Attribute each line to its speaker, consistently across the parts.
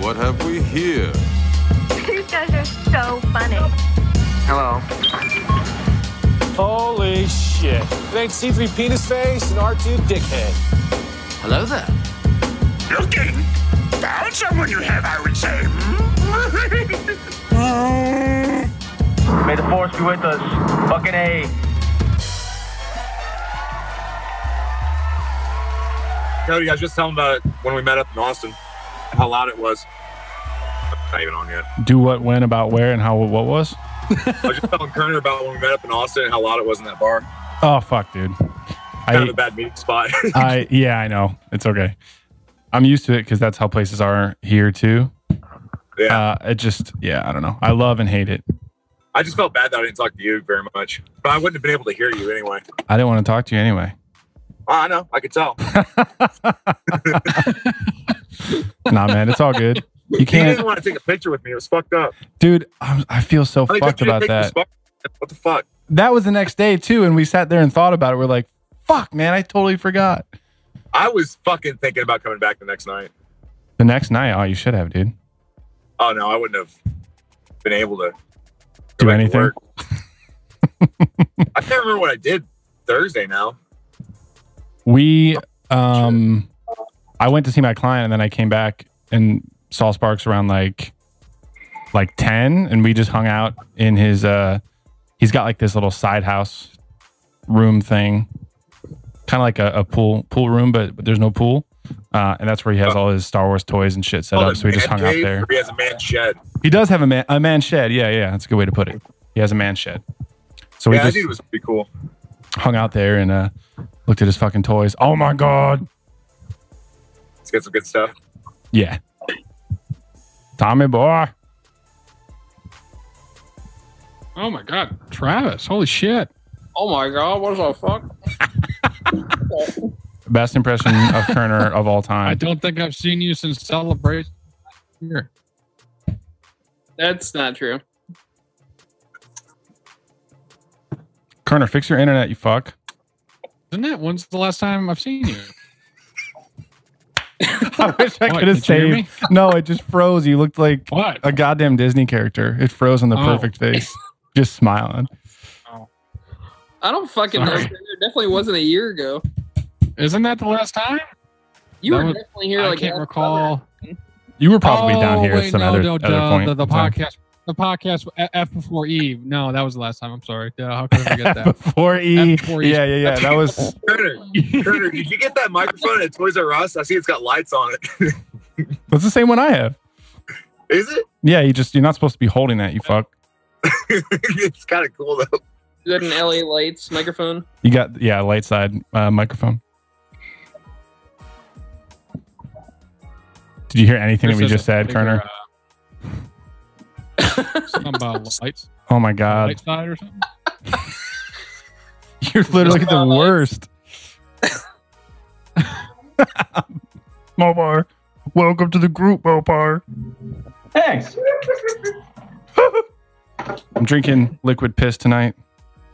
Speaker 1: What have we here?
Speaker 2: These guys are so funny.
Speaker 3: Hello.
Speaker 4: Holy shit. It ain't C3 penis face and R2 dickhead.
Speaker 5: Hello there.
Speaker 6: Looking? Found someone you have, I would say.
Speaker 7: May the force be with us. Fucking A.
Speaker 8: Cody, I was just telling about when we met up in Austin, how loud it was. Not even on yet.
Speaker 9: Do what, when, about where, and how, what was?
Speaker 8: I was just telling Kerner about when we met up in Austin and how loud it was in that bar.
Speaker 9: Oh, fuck, dude.
Speaker 8: Kind of
Speaker 9: I,
Speaker 8: a bad meeting spot.
Speaker 9: I, yeah, I know. It's okay. I'm used to it because that's how places are here, too.
Speaker 8: yeah.
Speaker 9: Uh, it just, yeah, I don't know. I love and hate it.
Speaker 8: I just felt bad that I didn't talk to you very much, but I wouldn't have been able to hear you anyway.
Speaker 9: I didn't want to talk to you anyway.
Speaker 8: Oh, I know. I could tell.
Speaker 9: Nah, man, it's all good. You
Speaker 8: He didn't
Speaker 9: can't,
Speaker 8: want to take a picture with me. It was fucked up.
Speaker 9: dude. I'm, I feel so
Speaker 8: How many
Speaker 9: fucked
Speaker 8: pictures you
Speaker 9: about
Speaker 8: take with
Speaker 9: that.
Speaker 8: this fuck- What the fuck?
Speaker 9: That was the next day too, and we sat there and thought about it. We're like, "Fuck, man, I totally forgot."
Speaker 8: I was fucking thinking about coming back the next night.
Speaker 9: The next night, oh, you should have, dude.
Speaker 8: Oh no, I wouldn't have been able to go
Speaker 9: Do
Speaker 8: back to
Speaker 9: anything.
Speaker 8: work. I can't remember what I did Thursday now.
Speaker 9: We, um, I went to see my client, and then I came back and saw Sparks around like, like ten, and we just hung out in his. uh He's got like this little side house room thing, kind of like a, a pool pool room, but, but there's no pool, uh, and that's where he has all his Star Wars toys and shit set
Speaker 8: Called
Speaker 9: up.
Speaker 8: a
Speaker 9: So we just
Speaker 8: Oh, man
Speaker 9: hung out
Speaker 8: cave,
Speaker 9: there.
Speaker 8: or He has a man shed.
Speaker 9: He does have a man a man shed. Yeah, yeah, that's a good way to put it. He has a man shed. So we
Speaker 8: yeah, that
Speaker 9: just
Speaker 8: dude was pretty cool.
Speaker 9: hung out there and uh, looked at his fucking toys. Oh my god!
Speaker 8: Let's get some good stuff.
Speaker 9: Yeah, Tommy boy.
Speaker 10: Oh my God, Travis! Holy shit! Oh my God, what the fuck?
Speaker 9: Best impression of Kerner of all
Speaker 10: I
Speaker 9: time.
Speaker 10: don't think I've seen you since celebration. Here,
Speaker 11: That's not true.
Speaker 9: Kerner, fix your internet, you fuck.
Speaker 10: isn't it? When's the last time I've seen you?
Speaker 9: I wish I
Speaker 10: What,
Speaker 9: could have
Speaker 10: did you hear
Speaker 9: saved. No, it just froze. You looked like
Speaker 10: What?
Speaker 9: a goddamn Disney character. It froze on the
Speaker 10: Oh.
Speaker 9: perfect face, just smiling.
Speaker 11: I don't fucking know.
Speaker 10: Sorry.
Speaker 11: It definitely wasn't a year ago.
Speaker 10: Isn't that the last time?
Speaker 11: You
Speaker 10: That
Speaker 11: were
Speaker 10: was-
Speaker 11: definitely here.
Speaker 10: I
Speaker 11: like
Speaker 10: can't
Speaker 11: last
Speaker 10: recall.
Speaker 9: You were probably
Speaker 10: Oh,
Speaker 9: down here
Speaker 10: wait,
Speaker 9: at some
Speaker 10: no,
Speaker 9: other,
Speaker 10: no,
Speaker 9: other
Speaker 10: duh,
Speaker 9: point.
Speaker 10: The, the
Speaker 9: So,
Speaker 10: podcast, the podcast A- F before Eve. No, that was the last time. I'm sorry. Duh, how could I forget that?
Speaker 9: Before E.
Speaker 10: F4E.
Speaker 9: Yeah, yeah, yeah. That was
Speaker 8: Turner, Turner, did you get that microphone at Toys R Us? I see it's got lights on it.
Speaker 9: that's the same one I have.
Speaker 8: Is it?
Speaker 9: Yeah, you just you're not supposed to be holding that, you fuck.
Speaker 8: it's kind of cool though.
Speaker 11: Is that an LA Lights microphone?
Speaker 9: You got yeah, light side uh, microphone. Did you hear anything that we
Speaker 10: This is
Speaker 9: just
Speaker 10: a
Speaker 9: said,
Speaker 10: bigger,
Speaker 9: Kerner?
Speaker 10: uh, Something about lights,
Speaker 9: Oh my god,
Speaker 10: light side or something.
Speaker 9: you're literally the
Speaker 11: about lights.
Speaker 9: worst. Mopar, welcome to the group, Mopar.
Speaker 7: Thanks.
Speaker 9: I'm drinking liquid piss tonight.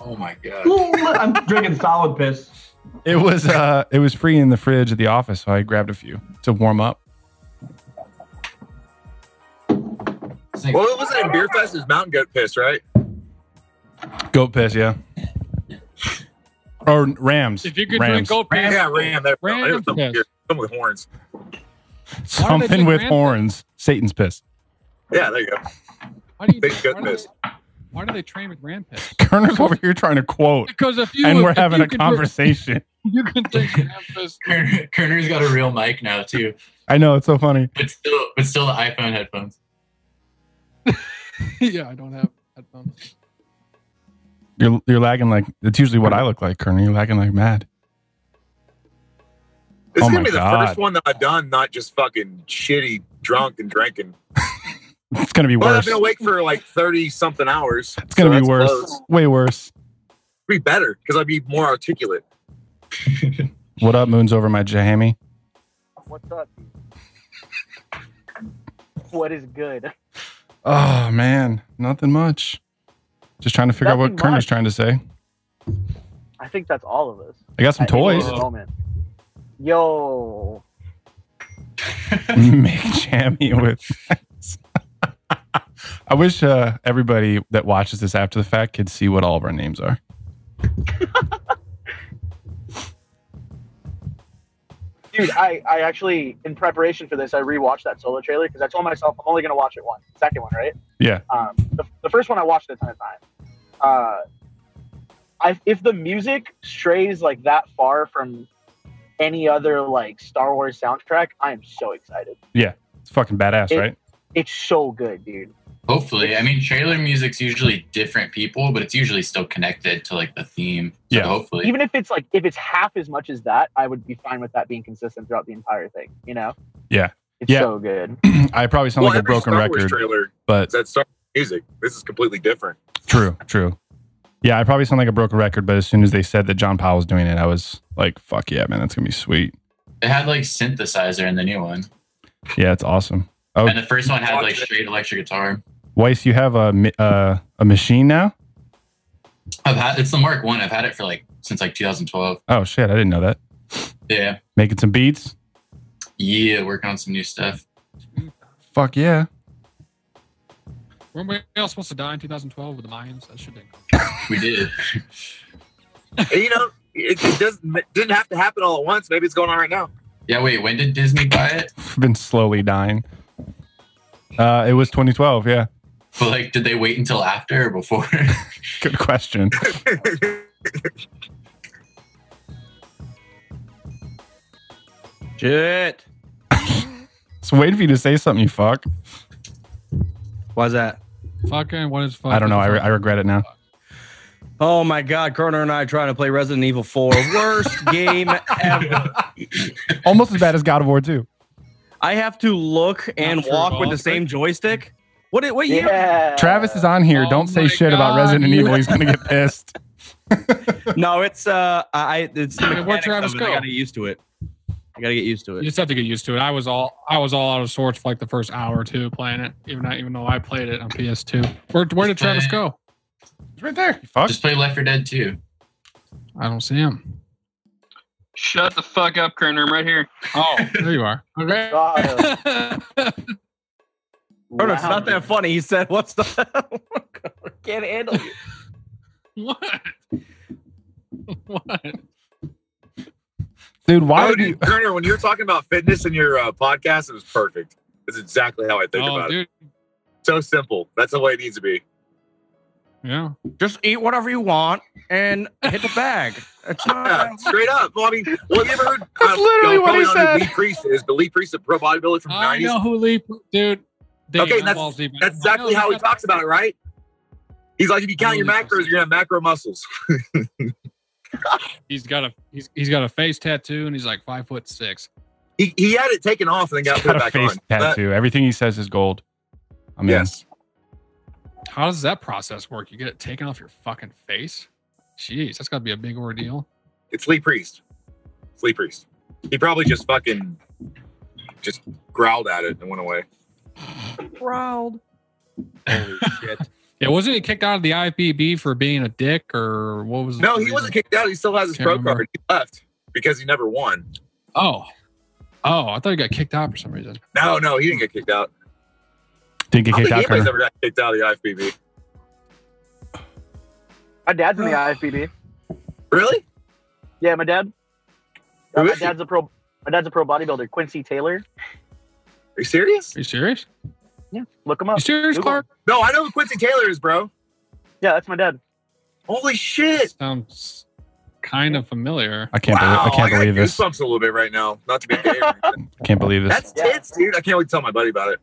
Speaker 8: Oh my god.
Speaker 7: I'm drinking solid piss.
Speaker 9: It was uh, it was free in the fridge at the office, so I grabbed a few to warm up.
Speaker 8: Well, it was in Beer Fest. Is Mountain Goat piss, right?
Speaker 9: Goat piss, yeah. Or Rams.
Speaker 10: If you could
Speaker 9: Rams.
Speaker 10: drink gold piss,
Speaker 8: Yeah, ram. That,
Speaker 10: Ram
Speaker 8: it was something
Speaker 10: piss.
Speaker 8: weird. Something with horns.
Speaker 9: something
Speaker 10: drink
Speaker 9: with
Speaker 10: Rams?
Speaker 9: horns, Satan's piss.
Speaker 8: Yeah, there you go.
Speaker 10: why do you?
Speaker 8: Big goat
Speaker 10: Why do, they,
Speaker 8: piss.
Speaker 10: why do they train with ram piss?
Speaker 9: Kerner's over here trying to quote,
Speaker 10: Because if you
Speaker 9: and we're
Speaker 10: if
Speaker 9: having
Speaker 10: you
Speaker 9: a
Speaker 10: could-
Speaker 9: conversation.
Speaker 10: you can take ram piss.
Speaker 12: Kerner, Kerner's got a real mic now too,
Speaker 9: I know it's so funny.
Speaker 12: but still, but still the iPhone headphones.
Speaker 10: yeah, I don't have headphones.
Speaker 9: You're you're lagging like it's usually what I look like, Kerner. You're lagging like mad.
Speaker 8: This
Speaker 9: Oh
Speaker 8: is
Speaker 9: my
Speaker 8: gonna be the
Speaker 9: God.
Speaker 8: first one that I've done, not just fucking shitty, drunk, and drinking.
Speaker 9: It's gonna be
Speaker 8: But I've
Speaker 9: worse.
Speaker 8: been awake for like thirty something hours.
Speaker 9: It's gonna
Speaker 8: so
Speaker 9: be
Speaker 8: that's
Speaker 9: worse.
Speaker 8: close.
Speaker 9: Way worse.
Speaker 8: Be better because I'd be more articulate.
Speaker 9: What up, moons over my jammy?
Speaker 3: What's up? dude? What is good?
Speaker 9: Oh man, nothing much. Just trying to figure out
Speaker 3: Nothing
Speaker 9: what Kerner's
Speaker 3: much.
Speaker 9: trying to say.
Speaker 3: I think that's all of us.
Speaker 9: I got some
Speaker 3: At any
Speaker 9: toys.
Speaker 3: given moment. Yo,
Speaker 9: Make jammy with sex. I wish uh, everybody that watches this after the fact could see what all of our names are.
Speaker 3: Dude, I, I actually, in preparation for this, I rewatched that solo trailer because I told myself I'm only going to watch it once. Second one, right?
Speaker 9: Yeah.
Speaker 3: Um, the, the first one I watched a ton of times. Uh, I, if the music strays like that far from any other like Star Wars soundtrack, I am so excited.
Speaker 9: It's fucking badass,
Speaker 3: It-
Speaker 9: right?
Speaker 3: It's so good, dude.
Speaker 12: Hopefully, I mean, trailer music's usually different people, but it's usually still connected to like the theme. So
Speaker 9: Yeah.
Speaker 12: Hopefully,
Speaker 3: Even if it's like if it's half as much as that, I would be fine with that being consistent throughout the entire thing. You know?
Speaker 9: Yeah.
Speaker 3: It's
Speaker 9: Yeah.
Speaker 3: so good.
Speaker 9: I probably sound
Speaker 8: Well,
Speaker 9: like a
Speaker 8: every
Speaker 9: broken
Speaker 8: Star Wars
Speaker 9: record,
Speaker 8: trailer
Speaker 9: but
Speaker 8: is that Star Wars music. This is completely different.
Speaker 9: true, true. Yeah, I probably sound like a broken record, but as soon as they said that John Powell's doing it, I was like, fuck yeah, man, that's going to be sweet.
Speaker 12: they had like synthesizer in the new one,
Speaker 9: Yeah, it's awesome. Oh,
Speaker 12: and the first one had like straight electric guitar.
Speaker 9: Weiss, you have a, mi- uh, a machine now?
Speaker 12: I've had it's the Mark One. I've had it for like since like 2012.
Speaker 9: Oh, shit, I didn't know that.
Speaker 12: Yeah,
Speaker 9: Making some beats?
Speaker 12: yeah, working on some new stuff.
Speaker 9: Fuck yeah.
Speaker 10: Weren't we all supposed to die in 2012 with the Mayans? That shit didn't come.
Speaker 12: We did.
Speaker 8: And, you know, it, it doesn't it didn't have to happen all at once. Maybe it's going on right now.
Speaker 12: yeah, wait, when did Disney buy it?
Speaker 9: been slowly dying. Uh, it was 2012. Yeah,
Speaker 12: But like, did they wait until after or before?
Speaker 9: good question.
Speaker 1: Shit.
Speaker 9: So waiting for you to say something. You fuck.
Speaker 1: Why's that?
Speaker 10: Fucking what is fuck?
Speaker 9: I don't know. I, re- I regret it now.
Speaker 1: Oh my God, Croner and I trying to play Resident Evil 4. Worst game ever.
Speaker 9: Almost as bad as God of War 2.
Speaker 1: I have to look and
Speaker 10: true,
Speaker 1: walk with the
Speaker 10: Walter.
Speaker 1: same joystick. What, what year?
Speaker 3: Yeah.
Speaker 9: Travis is on here.
Speaker 10: Oh
Speaker 9: Don't say
Speaker 10: my
Speaker 9: shit about
Speaker 10: God,
Speaker 9: Resident
Speaker 10: you-
Speaker 9: Evil. He's gonna get pissed.
Speaker 1: No, it's uh, I it's the
Speaker 10: Where'd
Speaker 1: mechanics
Speaker 10: Travis
Speaker 1: of it. I
Speaker 10: go?
Speaker 1: gotta get used to it. I gotta get used to
Speaker 10: You
Speaker 1: it.
Speaker 10: just have to get used to it. I was all I was all out of sorts for like the first hour or two playing it. Even not even though I played it on PS2. Where where did Travis go?
Speaker 9: It's right there. You fuck.
Speaker 12: Just play Left 4 Dead 2.
Speaker 10: I don't see him.
Speaker 11: Shut the fuck up, Kerner. I'm right here.
Speaker 10: Oh, there you are. Okay.
Speaker 3: Got him.
Speaker 1: Oh, no, it's not
Speaker 3: Wow.
Speaker 1: that funny. He said, "What's the?" Can't handle you.
Speaker 10: what? What?
Speaker 9: Dude, why
Speaker 8: oh,
Speaker 9: would you?
Speaker 8: dude, Turner, when you were talking about fitness in your uh, podcast, it was perfect. That's exactly how I think
Speaker 10: oh,
Speaker 8: about it.
Speaker 10: dude.
Speaker 8: So simple. That's the way it needs to be.
Speaker 10: Yeah.
Speaker 1: Just eat whatever you want and hit the bag. It's
Speaker 8: Yeah,
Speaker 1: not.
Speaker 8: straight up. Well, I mean, well, have you ever heard? uh,
Speaker 9: That's literally
Speaker 8: y'all
Speaker 9: what
Speaker 8: probably
Speaker 9: he
Speaker 8: don't know who
Speaker 9: said.
Speaker 8: Lee Priest is the Lee Priest, the pro bodybuilder from the
Speaker 10: I
Speaker 8: nineties.
Speaker 10: know who Lee, dude. Dave,
Speaker 8: Okay,
Speaker 10: I'm balls deep.
Speaker 8: That's
Speaker 10: I
Speaker 8: exactly
Speaker 10: know
Speaker 8: how he
Speaker 10: that-
Speaker 8: talks about it, right? He's like, if you count your
Speaker 10: Really
Speaker 8: macros, you're gonna have macro muscles.
Speaker 10: He's got a he's he's got a face tattoo and he's like five foot six.
Speaker 8: He, he had it taken off and then got
Speaker 9: He's
Speaker 8: put it
Speaker 9: got a
Speaker 8: back
Speaker 9: face
Speaker 8: on. That-
Speaker 9: tattoo. Everything he says is gold. I mean,
Speaker 8: yes.
Speaker 10: How does that process work? You get it taken off your fucking face? Jeez, that's gotta be a big ordeal.
Speaker 8: It's Lee Priest. It's Lee Priest. He probably just fucking just growled at it and went away.
Speaker 1: Proud. Holy shit.
Speaker 10: Yeah, wasn't he kicked out of the IFBB for being a dick or what was?
Speaker 8: No,
Speaker 10: the
Speaker 8: he
Speaker 10: reason?
Speaker 8: wasn't kicked out. He still has his
Speaker 10: Can't
Speaker 8: pro
Speaker 10: remember.
Speaker 8: card. He left because he never won.
Speaker 10: Oh, oh, I thought he got kicked out for some reason.
Speaker 8: No, no, he didn't get kicked out.
Speaker 9: didn't get
Speaker 8: I don't
Speaker 9: kicked
Speaker 8: think
Speaker 9: out.
Speaker 8: anybody's
Speaker 9: Kerner.
Speaker 8: ever got kicked out of the IFBB.
Speaker 3: My dad's in the IFBB.
Speaker 8: Really?
Speaker 3: Yeah, my dad.
Speaker 8: Who
Speaker 3: my
Speaker 8: is he?
Speaker 3: dad's a pro. My dad's a pro bodybuilder, Quincy Taylor.
Speaker 8: Are you serious?
Speaker 10: Are you serious?
Speaker 3: Look him
Speaker 10: Are
Speaker 3: up.
Speaker 10: you serious,
Speaker 3: Google.
Speaker 10: Clark?
Speaker 8: No, I know who Quincy Taylor is, bro.
Speaker 3: Yeah, that's my dad.
Speaker 8: Holy shit!
Speaker 10: Sounds kind of familiar.
Speaker 9: I can't
Speaker 8: wow,
Speaker 9: believe. I can't
Speaker 8: got
Speaker 9: believe this.
Speaker 8: Goosebumps a little bit right now. Not to be gay. or anything.
Speaker 9: Can't believe this.
Speaker 8: That's tits, dude. I can't wait to tell my buddy about it.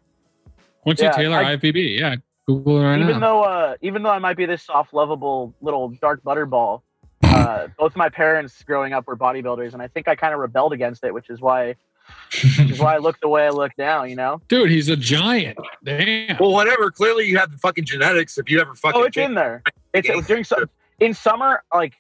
Speaker 10: Quincy
Speaker 3: Yeah,
Speaker 10: Taylor,
Speaker 3: I-
Speaker 10: IFBB. Yeah, Google it right
Speaker 3: even
Speaker 10: now.
Speaker 3: though, uh, even though I might be this soft, lovable little dark butterball, uh, both my parents growing up were bodybuilders, and I think I kind of rebelled against it, which is why, which is why I look the way I look now. You know?
Speaker 10: Dude, he's a giant. Damn.
Speaker 8: Well, whatever. Clearly, you have the fucking genetics. If you ever fucking
Speaker 3: Oh, it's
Speaker 8: did-
Speaker 3: in there. It's
Speaker 8: Yeah.
Speaker 3: during su- in summer. Like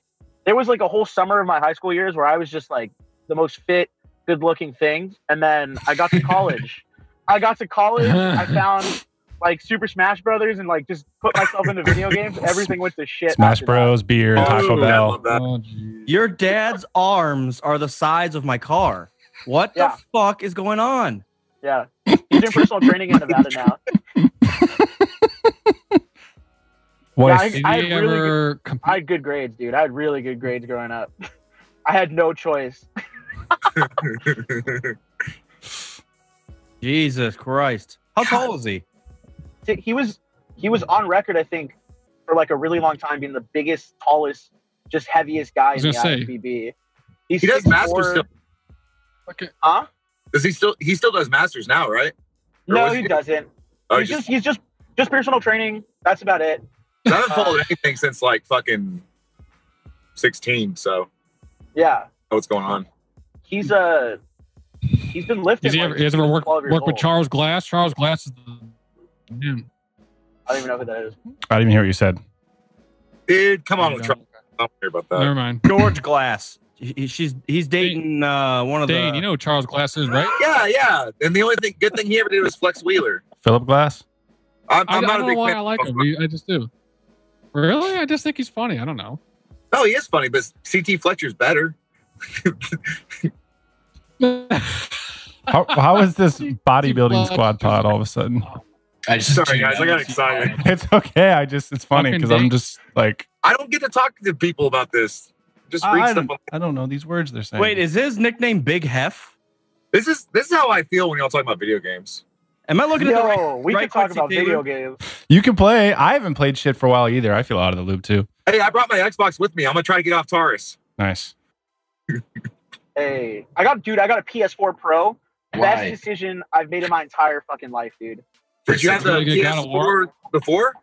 Speaker 3: there was like a whole summer of my high school years where I was just like the most fit, good-looking thing, and then I got to college. I got to college. I found like Super Smash Brothers and like just put myself into video games. Everything went to shit.
Speaker 9: Smash
Speaker 3: after that.
Speaker 9: Bros, beer,
Speaker 8: Oh,
Speaker 9: Taco
Speaker 8: I
Speaker 9: Bell.
Speaker 8: love that.
Speaker 10: Oh, geez.
Speaker 1: Your dad's arms are the size of my car. What
Speaker 3: Yeah.
Speaker 1: the fuck is going on?
Speaker 3: Yeah. He's doing personal training in Nevada now.
Speaker 9: What
Speaker 3: Yeah,
Speaker 9: if-
Speaker 3: I, I, had really good, I had good grades, dude. I had really good grades growing up. I had no choice.
Speaker 1: Jesus Christ. How tall is he?
Speaker 3: Th- He was he was on record, I think, for like a really long time being the biggest, tallest, just heaviest guy
Speaker 8: I was
Speaker 3: in the
Speaker 8: gonna say.
Speaker 3: IFBB.
Speaker 8: He does masters
Speaker 3: 6'4".
Speaker 8: still.
Speaker 3: Huh?
Speaker 8: Does he still? He still does masters now, right? Or
Speaker 3: No,
Speaker 8: was
Speaker 3: he
Speaker 8: he-
Speaker 3: doesn't.
Speaker 8: Oh,
Speaker 3: he's
Speaker 8: he
Speaker 3: just,
Speaker 8: just-
Speaker 3: he's just just personal training. That's about it.
Speaker 8: I haven't followed anything since like fucking sixteen. So I don't
Speaker 3: Yeah,
Speaker 8: know what's going on?
Speaker 3: he's uh he's been lifting.
Speaker 10: Does he
Speaker 3: like,
Speaker 10: ever, he ever work,
Speaker 3: 12
Speaker 10: work
Speaker 3: years
Speaker 10: with
Speaker 3: old.
Speaker 10: Charles Glass? Charles Glass is the dude.
Speaker 3: I don't even know who that is.
Speaker 9: I didn't even hear what you said.
Speaker 8: Dude, come on with Trump. I don't care about that.
Speaker 10: Never mind.
Speaker 1: George Glass. He, she's he's dating uh, one of
Speaker 10: Dane,
Speaker 1: the.
Speaker 10: you know who Charles Glass is, right?
Speaker 8: Yeah, yeah. And the only thing, good thing he ever did was Flex Wheeler.
Speaker 9: Philip Glass.
Speaker 8: I'm,
Speaker 10: I,
Speaker 8: I'm not
Speaker 10: I don't
Speaker 8: a
Speaker 10: know
Speaker 8: big
Speaker 10: why
Speaker 8: fan.
Speaker 10: I like him. I just do. Really? I just think he's funny. I don't know.
Speaker 8: No, he is funny, but CT Fletcher's better.
Speaker 9: How, how is this bodybuilding squad pod all of a sudden?
Speaker 12: I just
Speaker 8: Sorry, guys, I got excited.
Speaker 9: It's okay. I just it's funny because I'm just like
Speaker 8: I don't get to talk to people about this. Just read
Speaker 9: I,
Speaker 8: stuff.
Speaker 9: don't, I don't know these words they're saying.
Speaker 1: Wait, is his nickname Big Hef?
Speaker 8: This is this is how I feel when y'all talk about video games.
Speaker 1: Am I looking at the
Speaker 3: Yo,
Speaker 1: right?
Speaker 3: we
Speaker 1: right
Speaker 3: could talk
Speaker 1: Quincy
Speaker 3: about video
Speaker 1: Taylor?
Speaker 3: games.
Speaker 9: you can play. I haven't played shit for a while either. I feel out of the loop too.
Speaker 8: Hey, I brought my Xbox with me. I'm gonna try to get off Taurus.
Speaker 9: Nice.
Speaker 3: Hey, I got dude. I got a PS4 Pro. Best
Speaker 12: Why?
Speaker 3: decision I've made in my entire fucking life, dude.
Speaker 8: Did you have the
Speaker 10: Really good God of War?
Speaker 8: PS4 before?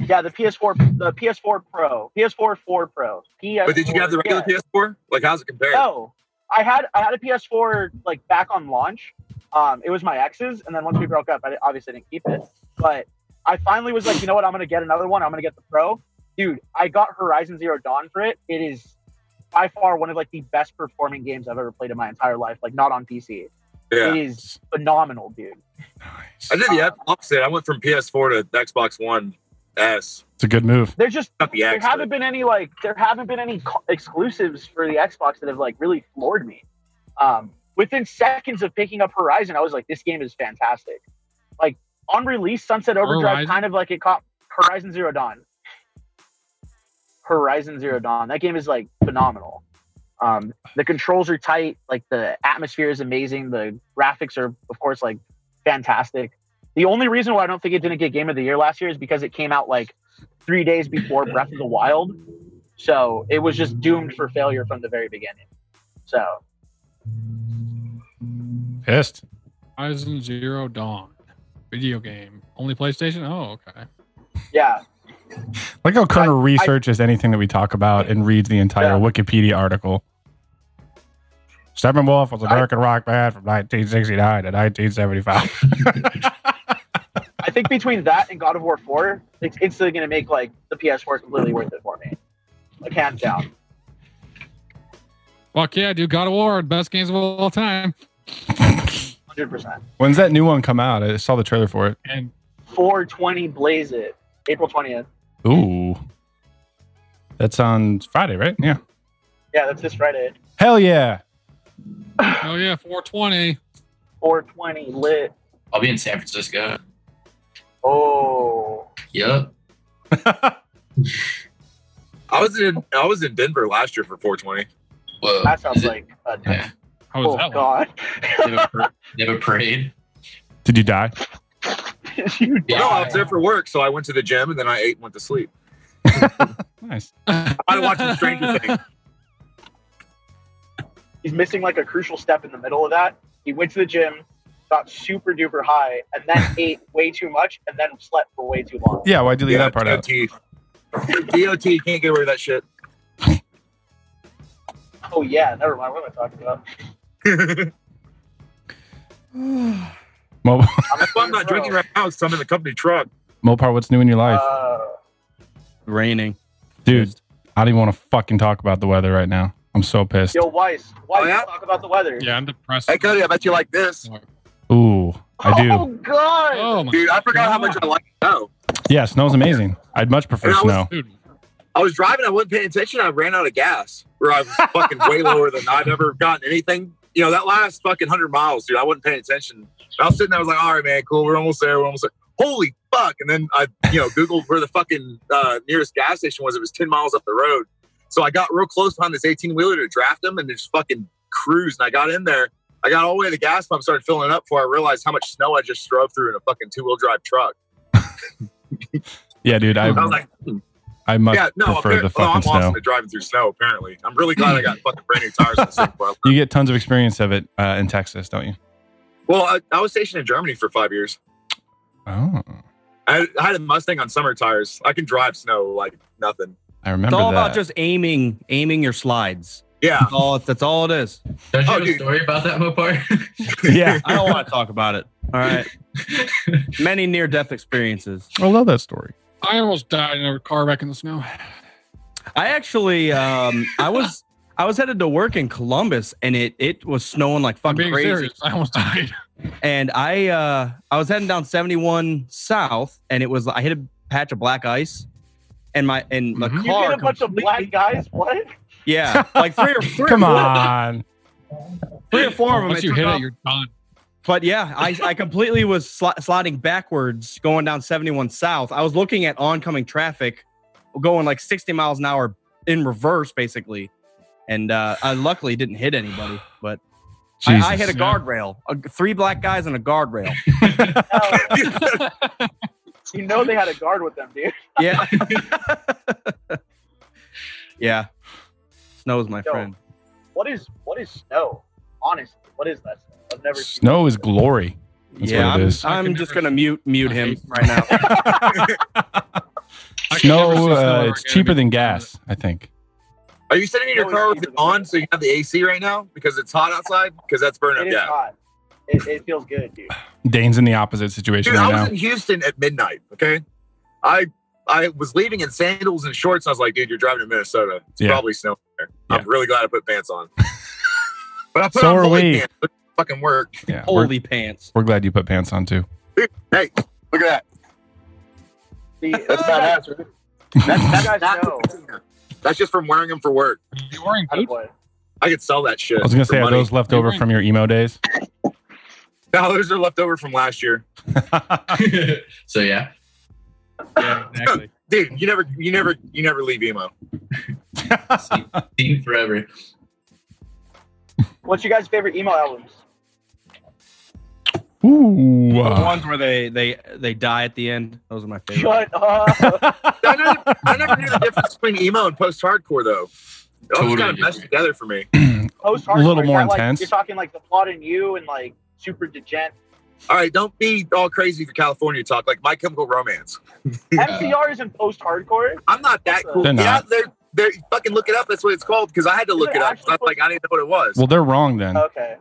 Speaker 3: Yeah, the PS4, the PS4 Pro, PS4 4 Pro. PS4,
Speaker 8: But did you have the regular
Speaker 3: yeah.
Speaker 8: PS4? Like, how's it compare?
Speaker 3: No, I had I had a PS4 like back on launch. Um, it was my ex's, and then once we broke up, I di- obviously didn't keep it. But I finally was like, you know what? I'm gonna get another one. I'm gonna get the Pro, dude. I got Horizon Zero Dawn for it. It is by far one of like the best performing games I've ever played in my entire life. Like not on PC. It
Speaker 8: Yeah,
Speaker 3: is phenomenal, dude.
Speaker 8: I did the opposite. I went from PS4 to Xbox One S.
Speaker 9: It's a good move.
Speaker 3: There's just
Speaker 8: Not the
Speaker 3: there
Speaker 8: X.
Speaker 3: haven't been any like there haven't been any co- exclusives for the Xbox that have like really floored me. Um, within seconds of picking up Horizon, I was like, this game is fantastic. Like on release, Sunset Overdrive
Speaker 10: Horizon?
Speaker 3: kind of like it caught Horizon Zero Dawn. Horizon Zero Dawn. That game is like phenomenal. Um, the controls are tight. Like the atmosphere is amazing. The graphics are, of course, like fantastic. The only reason why I don't think it didn't get Game of the Year last year is because it came out like three days before Breath of the Wild. So it was just doomed for failure from the very beginning. So
Speaker 9: Pissed.
Speaker 10: Horizon Zero Dawn. Video game. Only PlayStation? Oh, okay.
Speaker 3: yeah,
Speaker 9: Like how Kerner researches anything that we talk about and reads the entire
Speaker 3: Yeah.
Speaker 9: Wikipedia article. Steppenwolf was an American rock band from 1969 to 1975.
Speaker 3: I think between that and God of War Four, it's instantly going to make like the PS4 completely worth it for me, like hands down.
Speaker 10: Fuck yeah, dude. God of War, best games of all time.
Speaker 3: Hundred percent.
Speaker 9: When's that new one come out? I saw the trailer for it.
Speaker 10: And
Speaker 3: 420 Blaze It, April 20th.
Speaker 9: Ooh. That's on Friday, right? Yeah.
Speaker 3: Yeah, that's this Friday.
Speaker 9: Hell yeah.
Speaker 10: oh yeah, 420.
Speaker 3: 420 lit.
Speaker 12: I'll be in San Francisco.
Speaker 3: Oh,
Speaker 12: Yup.
Speaker 8: I was in I was in Denver last year for 420.
Speaker 12: Whoa.
Speaker 3: that sounds
Speaker 12: Is it-
Speaker 3: like a
Speaker 12: Yeah.
Speaker 10: How was
Speaker 3: oh
Speaker 10: that one?
Speaker 3: god.
Speaker 12: They have, a par- they have a parade.
Speaker 9: Did you die?
Speaker 3: you
Speaker 12: Yeah.
Speaker 8: No, I was there for work, so I went to the gym and then I ate and went to sleep.
Speaker 9: Nice.
Speaker 8: I watched some Stranger Things.
Speaker 3: he's missing like a crucial step in the middle of that. He went to the gym, got super duper high, and then ate way too much, and then slept for way too long.
Speaker 9: Yeah, why delete that part out?
Speaker 8: DOT. DOT can't get away with that shit.
Speaker 3: Oh yeah, never mind. What am I talking about?
Speaker 9: Mo-
Speaker 3: I'm, a
Speaker 8: Well, I'm not
Speaker 3: bro.
Speaker 8: drinking right now because I'm in the company truck.
Speaker 9: Mopar, what's new in your life?
Speaker 3: Uh,
Speaker 1: Raining,
Speaker 9: Dude, I don't even want to fucking talk about the weather right now. I'm so pissed.
Speaker 3: yo, Weiss, Weiss,
Speaker 8: Oh, yeah?
Speaker 3: talk about the weather.
Speaker 10: Yeah, I'm depressed.
Speaker 8: Hey, Cody, I bet you like this.
Speaker 9: Ooh, I do.
Speaker 3: Oh god.
Speaker 10: Oh my
Speaker 8: Dude, I forgot how much I like snow.
Speaker 9: Yeah, snow's amazing. I'd much prefer
Speaker 8: And I was-
Speaker 9: snow.
Speaker 10: dude.
Speaker 8: I was driving, I wasn't paying attention, I ran out of gas. Where I was fucking way lower than I've ever gotten anything you know, that last fucking hundred miles, dude, I wasn't paying attention. I was sitting there, I was like, all right, man, cool, we're almost there, we're almost there. Holy fuck! And then I, you know, Googled where the fucking uh, nearest gas station was. It was ten miles up the road. So I got real close behind this eighteen wheeler to draft him and just fucking cruise. And I got in there. I got all the way to the gas pump, started filling it up before I realized how much snow I just drove through in a fucking two wheel drive truck.
Speaker 9: Yeah, dude. I,
Speaker 8: I was like, hmm.
Speaker 9: I must
Speaker 8: yeah, no,
Speaker 9: prefer the
Speaker 8: apparently, oh, I'm
Speaker 9: fucking snow.
Speaker 8: awesome at driving through snow. Apparently, I'm really glad I got fucking brand new tires. on this thing, bro.
Speaker 9: You get tons of experience of it uh, in Texas, don't you?
Speaker 8: Well, I, I was stationed in Germany for five years.
Speaker 9: Oh,
Speaker 8: I, I had a Mustang on summer tires. I can drive snow like nothing.
Speaker 9: I
Speaker 1: It's
Speaker 9: remember
Speaker 1: all
Speaker 9: that.
Speaker 1: about just aiming, aiming your slides.
Speaker 8: Yeah.
Speaker 1: That's all, that's all it is.
Speaker 12: Don't you
Speaker 8: Oh,
Speaker 12: have a
Speaker 8: dude.
Speaker 12: story about that, Mopar?
Speaker 9: yeah,
Speaker 1: I don't want to talk about it. All right. Many near death experiences.
Speaker 9: I love that story.
Speaker 10: I almost died in a car wreck in the snow.
Speaker 1: I actually, um, I was, I was headed to work in Columbus, and it it was snowing like
Speaker 10: I'm
Speaker 1: fucking
Speaker 10: being
Speaker 1: crazy.
Speaker 10: serious. I almost died.
Speaker 1: And I, uh, I was heading down 71 south, and it was I hit a patch of black ice, and my and my
Speaker 10: Mm-hmm.
Speaker 9: Mhm.
Speaker 3: You
Speaker 1: car.
Speaker 3: get a bunch of black guys. What?
Speaker 1: yeah, like three or three,
Speaker 9: Come
Speaker 1: or four-
Speaker 9: on.
Speaker 1: three or four of them.
Speaker 10: Once
Speaker 1: it
Speaker 10: you
Speaker 1: took
Speaker 10: hit
Speaker 1: off.
Speaker 10: it, you're done.
Speaker 1: But yeah, I, I completely was sli- sliding backwards going down 71 South. I was looking at oncoming traffic going like 60 miles an hour in reverse, basically. And uh, I luckily didn't hit anybody, but I, I hit a
Speaker 10: Jesus.
Speaker 1: guardrail. A- three black guys and a guardrail.
Speaker 3: No. you know they had a guard with them, dude.
Speaker 1: Yeah. yeah. Snow's my
Speaker 3: Yo.
Speaker 1: friend.
Speaker 3: What is what is snow? Honestly, what is that? Snow? I've never seen
Speaker 9: Snow is glory. That's
Speaker 1: yeah,
Speaker 9: what it
Speaker 1: I'm,
Speaker 9: is.
Speaker 10: I
Speaker 1: I'm
Speaker 10: can
Speaker 1: just
Speaker 10: never-
Speaker 1: gonna mute mute
Speaker 10: I
Speaker 1: him
Speaker 10: hate-
Speaker 1: right now.
Speaker 10: I can never see
Speaker 9: Snow,
Speaker 10: snow
Speaker 9: uh,
Speaker 10: ever
Speaker 9: it's
Speaker 10: again.
Speaker 9: cheaper than gas, I think.
Speaker 8: Are you sitting in your
Speaker 3: No,
Speaker 8: car
Speaker 3: it's
Speaker 8: with it
Speaker 3: cheaper than
Speaker 8: on
Speaker 3: that.
Speaker 8: so you have the AC right now because it's hot outside? Because that's
Speaker 3: It
Speaker 8: burning up
Speaker 3: is
Speaker 8: gas.
Speaker 3: hot. It, it feels good, dude.
Speaker 9: Dane's in the opposite situation
Speaker 8: Dude, I
Speaker 9: right
Speaker 8: was
Speaker 9: now.
Speaker 8: in Houston at midnight. Okay, I I was leaving in sandals and shorts. And I was like, dude, you're driving to Minnesota. It's
Speaker 9: Yeah.
Speaker 8: probably snowing there.
Speaker 9: Yeah.
Speaker 8: I'm really glad I put pants on. but I put
Speaker 9: So
Speaker 8: on
Speaker 9: are
Speaker 8: holy
Speaker 9: we.
Speaker 8: pants. It fucking work.
Speaker 9: Yeah, we're,
Speaker 1: Holy pants.
Speaker 9: we're glad you put pants on too.
Speaker 8: Hey, look at that.
Speaker 3: See,
Speaker 8: That's
Speaker 3: that's
Speaker 8: badass. That's,
Speaker 3: You guys
Speaker 8: that's,
Speaker 3: know.
Speaker 8: not that's just from wearing them for work.
Speaker 10: You wearing
Speaker 3: how to
Speaker 10: boots?
Speaker 3: play.
Speaker 8: I could sell that shit.
Speaker 9: I was gonna
Speaker 8: for
Speaker 9: say, are
Speaker 8: money.
Speaker 9: those left over from your emo days?
Speaker 8: No, those are left over from last year.
Speaker 12: so yeah,
Speaker 10: Yeah, exactly.
Speaker 8: Dude, you never, you never, you never leave emo.
Speaker 12: team forever.
Speaker 3: What's your guys' favorite emo albums?
Speaker 9: Ooh,
Speaker 1: The
Speaker 9: uh,
Speaker 1: ones where they they they die at the end. Those are my favorite.
Speaker 3: Shut up.
Speaker 8: I never, I never knew the difference between emo and post-hardcore though. It all just
Speaker 12: Totally
Speaker 8: kind of meshed
Speaker 12: different.
Speaker 8: together for me.
Speaker 3: Post
Speaker 9: A little more
Speaker 3: Like,
Speaker 9: intense.
Speaker 3: you're talking like the plot in you and like super degent.
Speaker 8: All right, don't be all crazy for California talk. Like My Chemical Romance.
Speaker 3: MCR isn't post hardcore.
Speaker 8: I'm not that cool.
Speaker 9: They're
Speaker 8: yeah,
Speaker 9: not.
Speaker 8: they're they're fucking look it up. That's what it's called because I had to
Speaker 3: Is
Speaker 8: look
Speaker 3: it
Speaker 8: it up.
Speaker 3: actually
Speaker 8: I like I didn't know what it was.
Speaker 9: well, they're wrong then.
Speaker 3: Okay.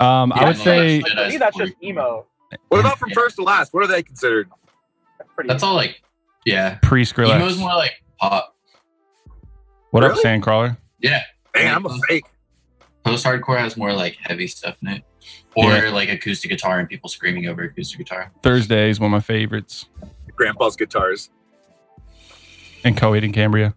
Speaker 9: Um, I
Speaker 12: Yeah,
Speaker 9: would
Speaker 12: no,
Speaker 9: say
Speaker 12: that's-
Speaker 3: Like, to me, Uh, that's just emo.
Speaker 8: what about from first to last? What are they considered?
Speaker 3: That's pretty.
Speaker 12: That's all like yeah.
Speaker 9: pre
Speaker 12: Emo's
Speaker 9: Skrillex.
Speaker 12: more like pop.
Speaker 9: What up,
Speaker 8: Really?
Speaker 9: Sandcrawler?
Speaker 12: Yeah,
Speaker 8: Man, I'm a fake.
Speaker 12: post hardcore has more like heavy stuff in it, or
Speaker 9: Yeah.
Speaker 12: like acoustic guitar and people screaming over acoustic guitar.
Speaker 9: Thursday is one of my favorites.
Speaker 8: Grandpa's guitars.
Speaker 9: And Coed and Cambria.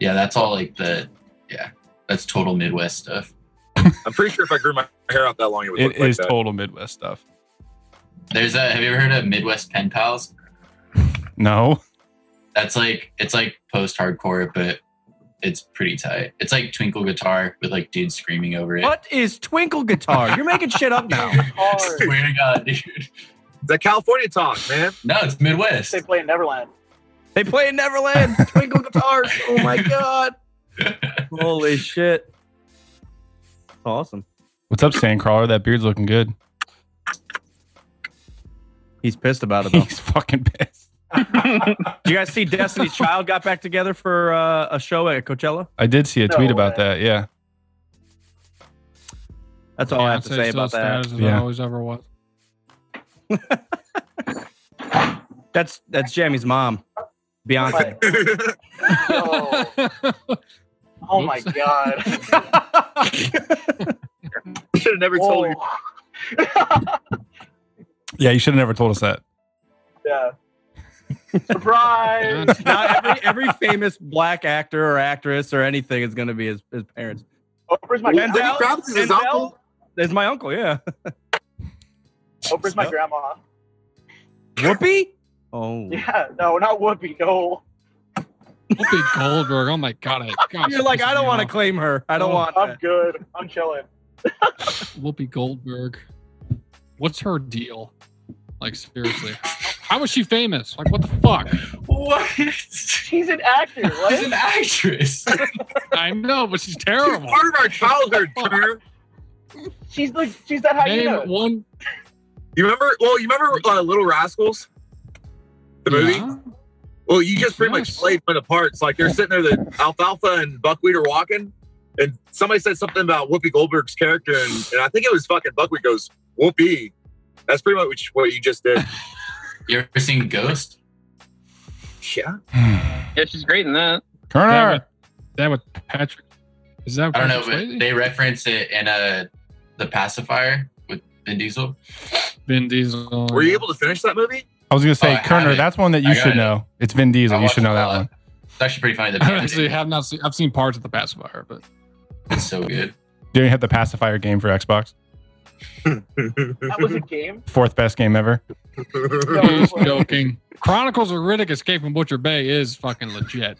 Speaker 12: Yeah, that's all like the yeah. That's total Midwest stuff.
Speaker 8: I'm pretty sure if I grew my hair out that long, it would
Speaker 9: It
Speaker 8: look like
Speaker 9: is
Speaker 8: that.
Speaker 9: total Midwest stuff.
Speaker 12: There's a. Have you ever heard of Midwest Pen Pals?
Speaker 9: No,
Speaker 12: That's like it's like post hardcore, but it's pretty tight. It's like twinkle guitar with like dudes screaming over it.
Speaker 1: What is twinkle guitar? You're making shit up now.
Speaker 3: hard.
Speaker 12: Swear to God, dude.
Speaker 8: the California talk, man.
Speaker 12: No, it's Midwest.
Speaker 3: They play in Neverland.
Speaker 1: They play in Neverland. Twinkle guitars. Oh my god. Holy shit. Awesome.
Speaker 9: what's up, Sandcrawler? That beard's looking good.
Speaker 1: He's pissed about it though.
Speaker 9: He's fucking pissed.
Speaker 1: Do you guys see Destiny's Child got back together for uh, a show at Coachella?
Speaker 9: I did see a
Speaker 3: No
Speaker 9: tweet about
Speaker 3: way.
Speaker 9: that. Yeah,
Speaker 1: That's all I have to say about that.
Speaker 10: As
Speaker 9: Yeah.
Speaker 10: I always ever was.
Speaker 1: That's that's Jamie's mom, Beyonce.
Speaker 3: But, oh, oh my
Speaker 10: Oops.
Speaker 3: god.
Speaker 8: I should have never told
Speaker 3: Whoa.
Speaker 8: you.
Speaker 9: yeah. You should have never told us that.
Speaker 3: yeah. Surprise.
Speaker 10: That's-
Speaker 1: Now every every famous black actor or actress or anything is going to be his, his parents.
Speaker 3: Oprah's my
Speaker 8: Lenzel?
Speaker 3: grandma.
Speaker 8: Kravitz is his uncle?
Speaker 1: Is my uncle, yeah.
Speaker 3: Oprah's my grandma.
Speaker 1: Whoopi? Oh.
Speaker 3: Yeah, no, not Whoopi. No.
Speaker 10: Whoopi Goldberg. Oh my god! I, gosh,
Speaker 1: You're like, I don't want to claim her. I don't
Speaker 10: Oh,
Speaker 1: want
Speaker 3: I'm
Speaker 1: that.
Speaker 3: good. I'm chilling.
Speaker 10: Whoopi Goldberg. What's her deal? Like seriously, how was she famous? Like what the fuck?
Speaker 12: What?
Speaker 3: She's an actor. What?
Speaker 12: She's an actress.
Speaker 10: I know, but she's terrible.
Speaker 8: Part of our childhood, Turner.
Speaker 3: She's the she's that hyena.
Speaker 10: Name one
Speaker 8: You remember? Well, you remember uh, Little Rascals, the movie.
Speaker 10: Yeah.
Speaker 8: Well, you just pretty
Speaker 10: Yes.
Speaker 8: much played one of the parts. Like they're sitting there, the alfalfa and buckwheat are walking, and somebody said something about Whoopi Goldberg's character, and, and I think it was fucking buckwheat goes Whoopi. That's pretty much what you just did.
Speaker 12: You ever seen Ghost?
Speaker 8: yeah.
Speaker 11: Yeah, she's great in that.
Speaker 10: That
Speaker 9: Kerner.
Speaker 10: with, that with Patrick. Is that
Speaker 12: I don't know,
Speaker 10: Patrick
Speaker 12: but
Speaker 10: Swayze?
Speaker 12: they reference it in uh, the pacifier with Vin Diesel.
Speaker 10: Vin Diesel?
Speaker 8: Were you able to finish that movie?
Speaker 9: I was gonna
Speaker 12: Oh, I
Speaker 9: say
Speaker 12: have
Speaker 9: Kerner.
Speaker 12: it.
Speaker 9: That's one that
Speaker 12: I
Speaker 9: you
Speaker 12: got
Speaker 9: should
Speaker 12: it.
Speaker 9: know. It's Vin Diesel.
Speaker 12: I
Speaker 9: You should
Speaker 12: watched
Speaker 9: know
Speaker 12: it
Speaker 9: that
Speaker 12: a lot.
Speaker 9: one.
Speaker 12: It's actually pretty funny. The
Speaker 10: I
Speaker 12: parody.
Speaker 10: actually have not seen. I've seen parts of the pacifier, but
Speaker 12: It's so good.
Speaker 9: Do you have the pacifier game for Xbox?
Speaker 3: That was a game.
Speaker 9: Fourth best game ever.
Speaker 3: No,
Speaker 10: Who's
Speaker 3: it wasn't.
Speaker 10: joking. Chronicles of Riddick: Escape from Butcher Bay is fucking legit.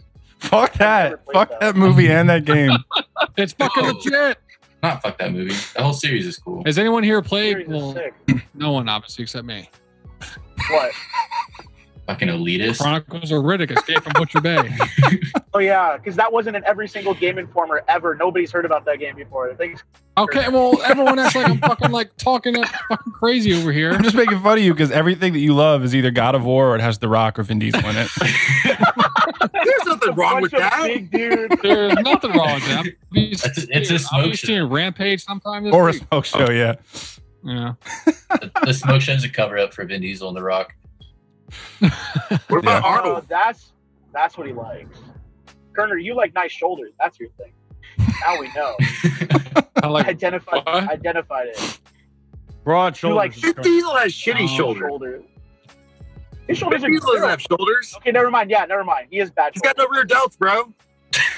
Speaker 3: never
Speaker 9: Fuck that.
Speaker 3: played
Speaker 9: Fuck
Speaker 3: that.
Speaker 9: that movie and that game.
Speaker 10: It's fucking
Speaker 12: Oh.
Speaker 10: legit.
Speaker 12: Not fuck that movie. The whole series is cool.
Speaker 10: Has anyone here
Speaker 3: Series
Speaker 10: played?
Speaker 3: is
Speaker 10: Well,
Speaker 3: sick.
Speaker 10: no one obviously except me.
Speaker 3: What?
Speaker 12: Fucking elitist.
Speaker 10: Chronicles of Riddick: Escape from Butcher Bay.
Speaker 3: Oh yeah, because that wasn't in every single Game Informer ever. Nobody's heard about that game before. Thanks.
Speaker 10: Okay, well, everyone acts like I'm fucking like talking up fucking crazy over here.
Speaker 9: I'm just making fun of you because everything that you love is either God of War or it has The Rock or Vin Diesel in it.
Speaker 8: There's nothing wrong
Speaker 3: Bunch
Speaker 8: with
Speaker 3: of
Speaker 8: that.
Speaker 3: Big dude.
Speaker 10: There's nothing wrong with that.
Speaker 12: It's a- it's a smoke
Speaker 10: I'll be
Speaker 12: show.
Speaker 10: seeing Rampage sometime this
Speaker 9: or a
Speaker 10: week.
Speaker 9: smoke show, yeah.
Speaker 10: Yeah.
Speaker 12: the, the smoke show's a cover up for Vin Diesel and The Rock.
Speaker 8: What about
Speaker 9: Yeah.
Speaker 3: Oh,
Speaker 8: Arnold?
Speaker 3: that's that's what he likes. Kerner, you like nice shoulders. That's your thing. Now we know.
Speaker 10: I like
Speaker 3: identified
Speaker 10: what?
Speaker 3: identified it.
Speaker 1: Broad shoulders.
Speaker 3: like
Speaker 1: is
Speaker 8: Vin
Speaker 1: correct.
Speaker 8: Diesel has shitty
Speaker 3: Oh.
Speaker 10: No.
Speaker 8: shoulders.
Speaker 3: Shoulders. His shoulders
Speaker 8: Vin
Speaker 3: are
Speaker 8: Diesel doesn't
Speaker 3: good.
Speaker 8: have shoulders.
Speaker 3: Okay, never mind. Yeah, never mind. He has bad
Speaker 8: He's got no
Speaker 3: shoulders.
Speaker 8: rear delts, bro.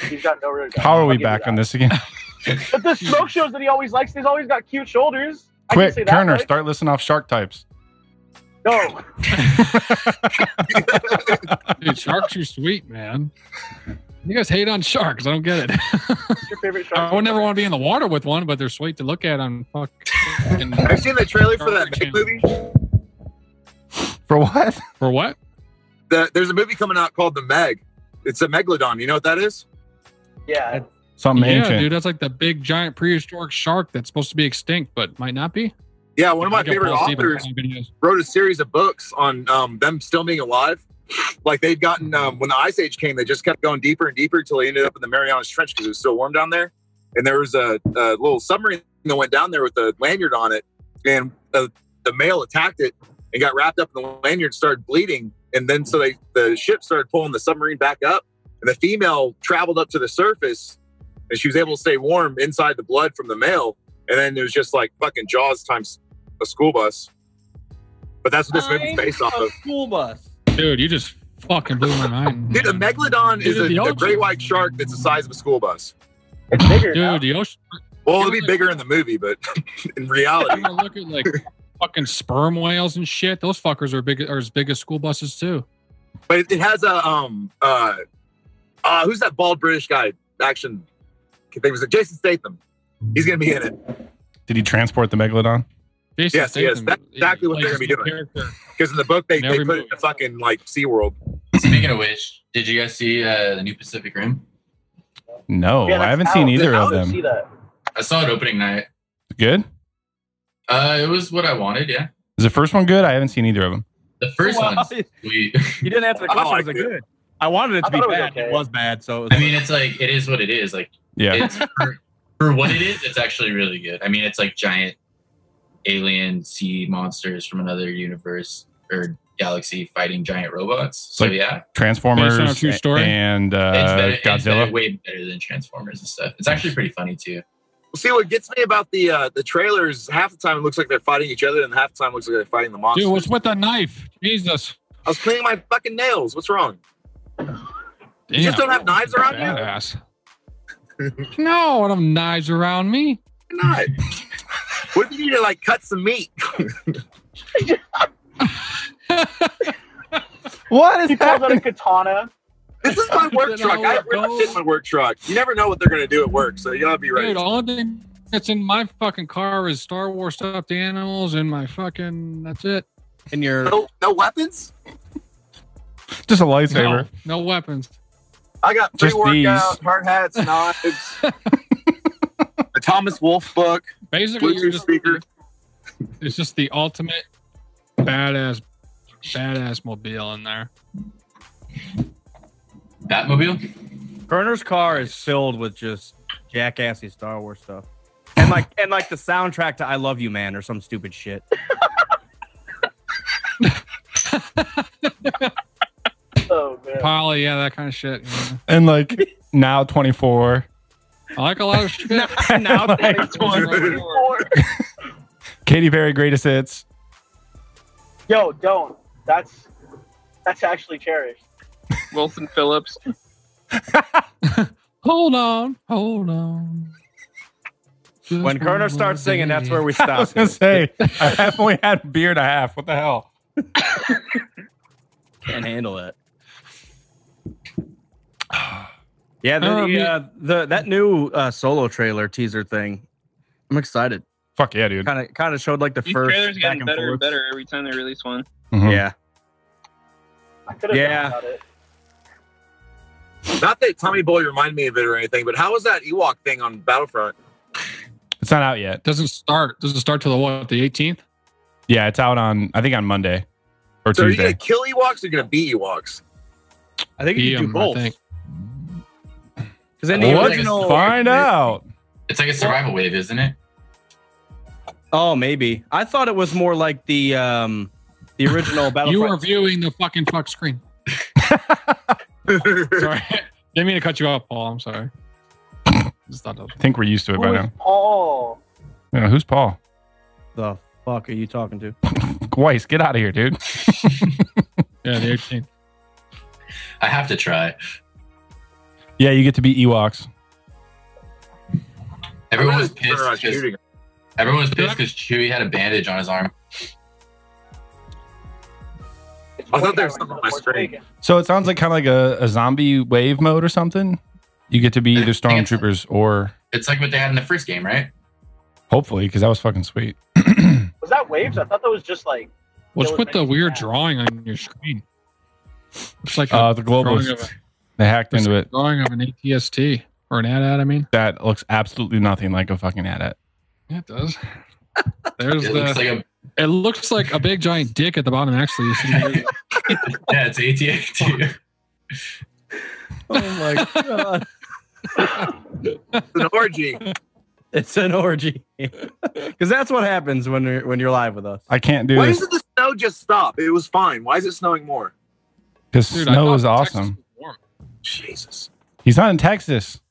Speaker 3: He's got no real.
Speaker 9: How are
Speaker 3: I'll
Speaker 9: we
Speaker 3: give you
Speaker 9: back
Speaker 3: that.
Speaker 9: on this again?
Speaker 3: But the smoke shows that he always likes, he's always got cute shoulders. I can
Speaker 9: Quick,
Speaker 3: say that,
Speaker 9: Kerner,
Speaker 3: right?
Speaker 9: start listing off shark types.
Speaker 3: No,
Speaker 10: dude, sharks are sweet, man. You guys hate on sharks. I don't get it.
Speaker 3: it's your favorite shark.
Speaker 10: I would never want to be in the water with one, but they're sweet to look at on fuck. fucking-
Speaker 8: Have you seen the trailer for that
Speaker 10: Garbage
Speaker 8: Meg movie?
Speaker 9: For what?
Speaker 10: For what?
Speaker 8: The, there's a movie coming out called The Meg. It's a megalodon. You know what that is?
Speaker 3: Yeah,
Speaker 9: Something
Speaker 10: yeah,
Speaker 9: ancient.
Speaker 10: dude, that's like the big giant prehistoric shark that's supposed to be extinct, but might not be.
Speaker 8: Yeah, one of my
Speaker 10: Like a
Speaker 8: favorite
Speaker 10: Paul Stevens
Speaker 8: authors
Speaker 10: song videos.
Speaker 8: wrote a series of books on um, them still being alive. Like they'd gotten um, when the ice age came, they just kept going deeper and deeper until they ended up in the Marianas Trench because it was still warm down there. And there was a, a little submarine that went down there with a lanyard on it, and the, the male attacked it and got wrapped up in the lanyard, started bleeding, and then so they the ship started pulling the submarine back up, and the female traveled up to the surface, and she was able to stay warm inside the blood from the male, and then it was just like fucking Jaws times a school bus. But that's what this movie's based off of.
Speaker 1: A school bus.
Speaker 10: Dude, you just fucking blew my mind.
Speaker 8: Dude, a megalodon is
Speaker 10: Dude,
Speaker 8: a,
Speaker 10: the
Speaker 8: a
Speaker 10: ocean-
Speaker 8: great white shark that's the size of a school bus.
Speaker 3: it's bigger. now.
Speaker 10: Dude, the ocean.
Speaker 8: Well, it'll be bigger in the movie, but in reality,
Speaker 10: I look at like fucking sperm whales and shit. Those fuckers are big, are as big as school buses too.
Speaker 8: but it, it has a um uh, uh who's that bald British guy? Action, I think it was Jason Statham. He's gonna be in it
Speaker 9: Did he transport the megalodon?
Speaker 10: Jason
Speaker 8: Yes, yes,
Speaker 10: Statham
Speaker 8: that's exactly what they're gonna
Speaker 10: plays
Speaker 8: be
Speaker 10: the
Speaker 8: doing.
Speaker 10: character.
Speaker 8: because in the book they,
Speaker 10: In
Speaker 8: they
Speaker 10: every
Speaker 8: put it in
Speaker 10: movie.
Speaker 8: the fucking like Sea World.
Speaker 12: Speaking of which, did you guys see uh, the new Pacific Rim?
Speaker 9: No,
Speaker 3: Yeah,
Speaker 9: I
Speaker 3: that's
Speaker 9: haven't
Speaker 3: out.
Speaker 9: seen either
Speaker 8: How
Speaker 9: of
Speaker 3: I don't see
Speaker 9: them.
Speaker 3: that.
Speaker 12: I saw it opening night.
Speaker 9: Good?
Speaker 12: Uh, it was what I wanted. Yeah,
Speaker 9: Is the first one good? I haven't seen either of them.
Speaker 12: the first
Speaker 1: Wow,
Speaker 12: one.
Speaker 1: you
Speaker 12: We,
Speaker 1: you didn't answer the
Speaker 8: I
Speaker 1: question.
Speaker 8: liked
Speaker 1: was it
Speaker 8: it.
Speaker 1: good? I wanted it to
Speaker 3: Oh, I
Speaker 1: be
Speaker 3: thought it was
Speaker 1: bad.
Speaker 3: okay.
Speaker 1: It was bad. So it was
Speaker 12: I mean, it's like it is what it is. Like
Speaker 9: Yeah.
Speaker 12: it's for, for what it is. It's actually really good. I mean, it's like giant alien sea monsters from another universe or galaxy fighting giant robots. So
Speaker 9: Like-
Speaker 12: yeah,
Speaker 10: Based on a
Speaker 9: Transformers
Speaker 10: true story?
Speaker 9: and
Speaker 12: it's, better,
Speaker 9: uh,
Speaker 12: it's better,
Speaker 9: Godzilla.
Speaker 12: way better than Transformers and stuff. It's actually pretty funny too.
Speaker 8: See what gets me about the uh, the trailers? Half the time it looks like they're fighting each other, and half the time it looks like they're fighting the monsters.
Speaker 10: Dude, what's with the knife? Jesus,
Speaker 8: I was cleaning my fucking nails. What's wrong?
Speaker 10: Damn.
Speaker 8: just don't have knives around you?
Speaker 10: Badass. No, I don't have knives around me.
Speaker 8: Not. What if you need to like cut some meat?
Speaker 1: what is
Speaker 3: he calls it a katana?
Speaker 8: This is my work
Speaker 10: Then I'll
Speaker 8: truck. I
Speaker 10: go.
Speaker 8: ripped in my work truck. You never know what they're gonna do at work, so you gotta be ready.
Speaker 10: Dude, all the that's in my fucking car is Star Wars stuffed animals and my fucking. That's it.
Speaker 1: And your
Speaker 8: No, no weapons.
Speaker 9: Just a
Speaker 10: No,
Speaker 9: lightsaber.
Speaker 10: no weapons.
Speaker 8: I got
Speaker 9: Just
Speaker 8: pre-workout
Speaker 9: these.
Speaker 8: hard hats, knives, a Thomas Wolfe book,
Speaker 10: Basically, you're
Speaker 8: Bluetooth
Speaker 10: just
Speaker 8: speaker.
Speaker 10: it's just the ultimate badass badass mobile in there.
Speaker 12: Batmobile?
Speaker 1: Kerner's car is filled with just jackassy Star Wars stuff. And like and like the soundtrack to I Love You Man or some stupid shit.
Speaker 3: Oh man.
Speaker 10: Polly, yeah, that kind of shit. yeah.
Speaker 9: And like now 24.
Speaker 10: I like a lot of shit.
Speaker 1: now
Speaker 9: Like,
Speaker 3: Or-
Speaker 9: Katy Perry greatest hits.
Speaker 3: Yo, don't. That's that's actually cherished.
Speaker 11: Wilson Phillips.
Speaker 10: Hold on, hold on. Just
Speaker 1: when Kerner
Speaker 10: one
Speaker 1: starts
Speaker 10: more
Speaker 1: singing, that's
Speaker 10: day.
Speaker 1: where we
Speaker 9: I was
Speaker 1: stop.
Speaker 9: gonna say I have only had a beer and a half. What the hell?
Speaker 1: Can't handle that. Yeah, the,
Speaker 10: Um,
Speaker 1: the, uh, the that new uh, solo trailer teaser thing. I'm excited.
Speaker 9: Fuck yeah, dude.
Speaker 1: Kind of kind of showed like the
Speaker 11: These
Speaker 1: first
Speaker 11: trailers are
Speaker 1: back
Speaker 11: getting
Speaker 1: and
Speaker 11: better
Speaker 1: forth.
Speaker 11: and better every time they release one.
Speaker 12: Mm-hmm.
Speaker 9: Mhm.
Speaker 1: Yeah.
Speaker 10: Uh-huh.
Speaker 3: I could have
Speaker 1: Yeah.
Speaker 3: known about it.
Speaker 8: Not that Tommy Boy reminded me of it or anything, but how was that Ewok thing on Battlefront?
Speaker 9: It's not out yet.
Speaker 10: doesn't start. Doesn't start till the what? The 18th.
Speaker 9: Yeah, it's out on I think on Monday or
Speaker 8: So are you
Speaker 9: Tuesday.
Speaker 8: gonna kill Ewoks or you gonna beat Ewoks?
Speaker 1: I think you
Speaker 10: Be
Speaker 1: can do
Speaker 10: 'em, I
Speaker 1: both.
Speaker 10: think.
Speaker 1: Because in the
Speaker 9: Well, let's
Speaker 1: original,
Speaker 9: find out.
Speaker 12: It's like a survival wave, isn't it?
Speaker 1: oh maybe I thought it was more like the um the original
Speaker 10: You are
Speaker 1: Battlefront.
Speaker 10: viewing the fucking fuck screen. Sorry, didn't mean to cut you off, Paul. I'm sorry. Just thought of
Speaker 9: I think we're used to it by
Speaker 3: Who is
Speaker 9: now.
Speaker 3: Paul?
Speaker 9: You know, who's Paul?
Speaker 1: the fuck are you talking to?
Speaker 9: Weiss, get out of here, dude.
Speaker 10: yeah, the 18th.
Speaker 12: I have to try.
Speaker 9: Yeah, you get to be Ewoks.
Speaker 12: Everyone
Speaker 8: I'm
Speaker 12: was
Speaker 8: not sure
Speaker 12: pissed.
Speaker 8: about
Speaker 12: 'cause-
Speaker 8: shooting it.
Speaker 12: Everyone was pissed because Chewie had a bandage on his arm.
Speaker 3: It's
Speaker 8: I thought there was
Speaker 3: Fortnite
Speaker 8: something on my
Speaker 3: right now, it's
Speaker 8: screen.
Speaker 3: Forsaken.
Speaker 9: So it sounds like kind of like a, a zombie wave mode or something. You get to be either stormtroopers or
Speaker 12: It's like what they had in the first game, right?
Speaker 9: hopefully because that was fucking sweet.
Speaker 3: Was that waves? I thought that was just like
Speaker 10: What's
Speaker 3: Dylan
Speaker 10: with the
Speaker 3: mentioned
Speaker 10: weird
Speaker 3: that.
Speaker 10: drawing on your screen? It's like a
Speaker 9: Uh, the
Speaker 10: drawing of
Speaker 9: globalists they hacked into
Speaker 10: a
Speaker 9: it.
Speaker 10: drawing of an ATST or an AT-AT, I mean.
Speaker 9: That looks absolutely nothing like a fucking AT-AT.
Speaker 10: Yeah, it does. There's
Speaker 12: It
Speaker 10: the.
Speaker 12: looks like a
Speaker 10: it looks like a big giant dick at the bottom. Actually,
Speaker 12: yeah, it's ATAT.
Speaker 1: Oh my god,
Speaker 8: It's an orgy.
Speaker 1: it's an orgy. Because that's what happens when you're when you're live with us.
Speaker 9: I can't do
Speaker 8: Why
Speaker 9: this
Speaker 8: doesn't the snow just stop? It was fine. Why is it snowing more?
Speaker 9: because
Speaker 10: Dude, I
Speaker 9: snow
Speaker 10: thought
Speaker 9: is
Speaker 10: Texas
Speaker 9: awesome.
Speaker 10: was warm.
Speaker 8: Jesus.
Speaker 9: He's not in Texas.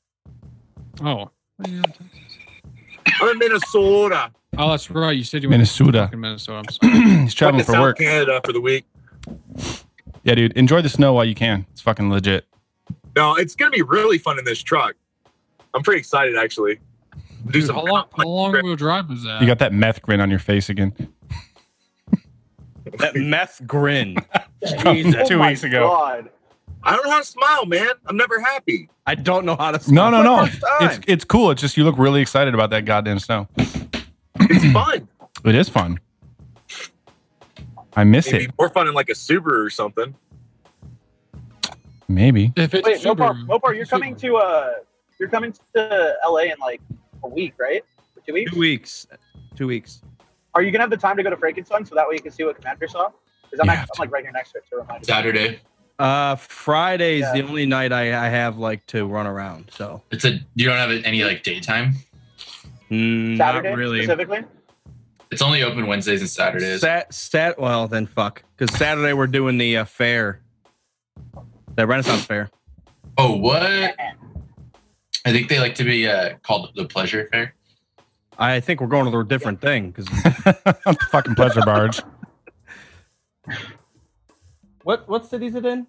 Speaker 10: Oh,
Speaker 8: I'm in Minnesota.
Speaker 10: oh, that's right. You said you went to
Speaker 9: Minnesota.
Speaker 10: fucking Minnesota. I'm sorry.
Speaker 9: He's traveling
Speaker 8: Went to
Speaker 9: for
Speaker 8: South
Speaker 9: work.
Speaker 8: Canada for the week.
Speaker 9: Yeah, dude. Enjoy the snow while you can. It's fucking legit.
Speaker 8: No, it's gonna be really fun in this truck. I'm pretty excited actually. Do
Speaker 10: Dude,
Speaker 8: some
Speaker 10: how long? How long of a drive is that?
Speaker 9: You got that meth grin on your face again.
Speaker 1: That meth grin.
Speaker 9: From
Speaker 1: Jesus.
Speaker 9: two
Speaker 3: oh my
Speaker 9: weeks ago.
Speaker 3: God.
Speaker 8: I don't know how to smile, man. I'm never happy.
Speaker 1: I don't know how to.
Speaker 9: No, no, no.
Speaker 8: First time.
Speaker 9: It's it's cool. It's just you look really excited about that goddamn snow.
Speaker 8: It's fun.
Speaker 9: It is fun. I miss
Speaker 8: Maybe
Speaker 9: it.
Speaker 8: more fun in like a Subaru or something.
Speaker 9: Maybe.
Speaker 10: If it's
Speaker 3: Wait,
Speaker 10: super,
Speaker 3: Mopar, Mopar, you're coming to uh, you're coming to LA in like a week, right? Two weeks.
Speaker 1: Two weeks. Two weeks.
Speaker 3: Are you gonna have the time to go to Frankenstein so that way you can see what Commander saw? Because I'm,
Speaker 9: You
Speaker 3: act-
Speaker 9: have
Speaker 3: I'm like right here next to it to remind you.
Speaker 12: Saturday.
Speaker 1: Uh, Friday's
Speaker 3: Yeah.
Speaker 1: the only night I, I have like to run around. So
Speaker 12: It's a you don't have any like daytime.
Speaker 1: Mm, not
Speaker 3: Saturday
Speaker 1: really.
Speaker 3: specifically.
Speaker 12: It's only open Wednesdays and Saturdays.
Speaker 1: Sat, sat. Well, then fuck. Because Saturday we're doing the uh, fair, the Renaissance Fair.
Speaker 12: oh, what? I think they like to be uh, called the pleasure fair.
Speaker 1: I think we're going to a different thing. Because
Speaker 9: fucking pleasure barge.
Speaker 1: what what city is it in?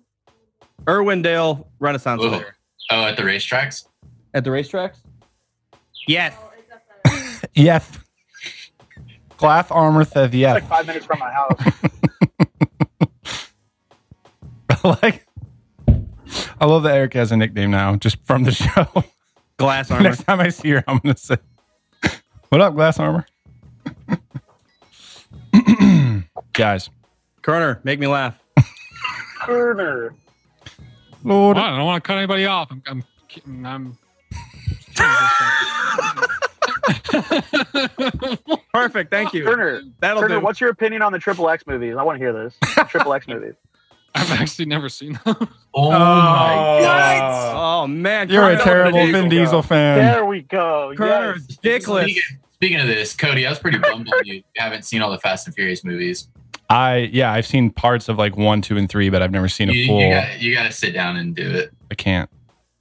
Speaker 1: Irwindale Renaissance
Speaker 12: Ooh.
Speaker 1: Fair.
Speaker 12: Oh, at the racetracks.
Speaker 1: At the racetracks? Yes.
Speaker 9: Yes. Clath armor says yes.
Speaker 3: Like five minutes from my house.
Speaker 9: like, I love that Eric has a nickname now, just from the show.
Speaker 1: Glass armor.
Speaker 9: Next time I see her, I'm gonna say, "What up, glass armor?" Guys,
Speaker 1: Kerner, make me laugh.
Speaker 3: Kerner.
Speaker 9: Lord,
Speaker 10: I don't want to cut anybody off. I'm, I'm, kidding. I'm
Speaker 1: Perfect. Thank you.
Speaker 3: Turner,
Speaker 1: That'll
Speaker 3: Turner
Speaker 1: do.
Speaker 3: what's your opinion on the Triple X movies? I want to hear this. Triple X movies.
Speaker 10: I've actually never seen them.
Speaker 9: Oh, my God.
Speaker 1: Oh man,
Speaker 9: you're a
Speaker 1: Kerner-
Speaker 9: terrible Vin Diesel fan.
Speaker 3: There we go.
Speaker 1: Kerner
Speaker 3: Yes.
Speaker 1: is dickless.
Speaker 12: Speaking, speaking of this, Cody, I was pretty bummed on you. You haven't seen all the Fast and Furious movies.
Speaker 9: I yeah, I've seen parts of like one, two, and three, but I've never seen
Speaker 12: You,
Speaker 9: a
Speaker 12: you
Speaker 9: full.
Speaker 12: gotta, you gotta sit down and do it.
Speaker 9: I can't.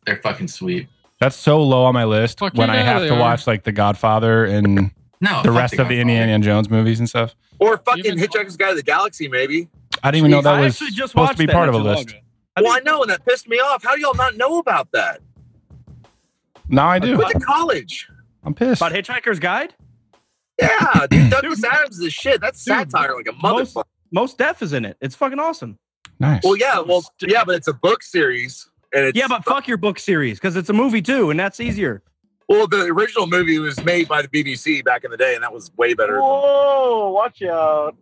Speaker 12: They're fucking sweet.
Speaker 9: That's so low on my list
Speaker 10: Fuck
Speaker 9: when
Speaker 10: you,
Speaker 9: I
Speaker 10: yeah,
Speaker 9: have
Speaker 10: they
Speaker 9: to
Speaker 10: are.
Speaker 9: watch like The Godfather and
Speaker 12: No,
Speaker 9: the
Speaker 12: fuck
Speaker 9: rest of the
Speaker 12: Godfather.
Speaker 9: Indiana Jones movies and stuff.
Speaker 8: Or fucking
Speaker 10: Even-
Speaker 8: Hitchhiker's Guide to the Galaxy, maybe.
Speaker 9: I didn't even know that
Speaker 1: I
Speaker 9: was
Speaker 1: actually just
Speaker 9: supposed to be
Speaker 1: watched
Speaker 9: part
Speaker 1: that not
Speaker 9: of a
Speaker 1: too long
Speaker 9: list.
Speaker 1: ago.
Speaker 8: well, I know, and that pissed me off. How do y'all not know about that?
Speaker 9: Now I
Speaker 8: I
Speaker 9: do.
Speaker 8: went to college.
Speaker 9: I'm pissed.
Speaker 1: About Hitchhiker's Guide?
Speaker 8: Yeah, dude, Douglas Adams is shit. That's satire like a
Speaker 1: Most,
Speaker 8: motherfucker.
Speaker 1: most Def is in it. It's fucking awesome.
Speaker 9: Nice.
Speaker 8: Well, yeah, well, yeah, but it's a book series, and it's
Speaker 1: Yeah, but fuck your book series because it's a movie too, and that's easier.
Speaker 8: well, the original movie was made by the BBC back in the day, and that was way better.
Speaker 3: Whoa, watch uh, out.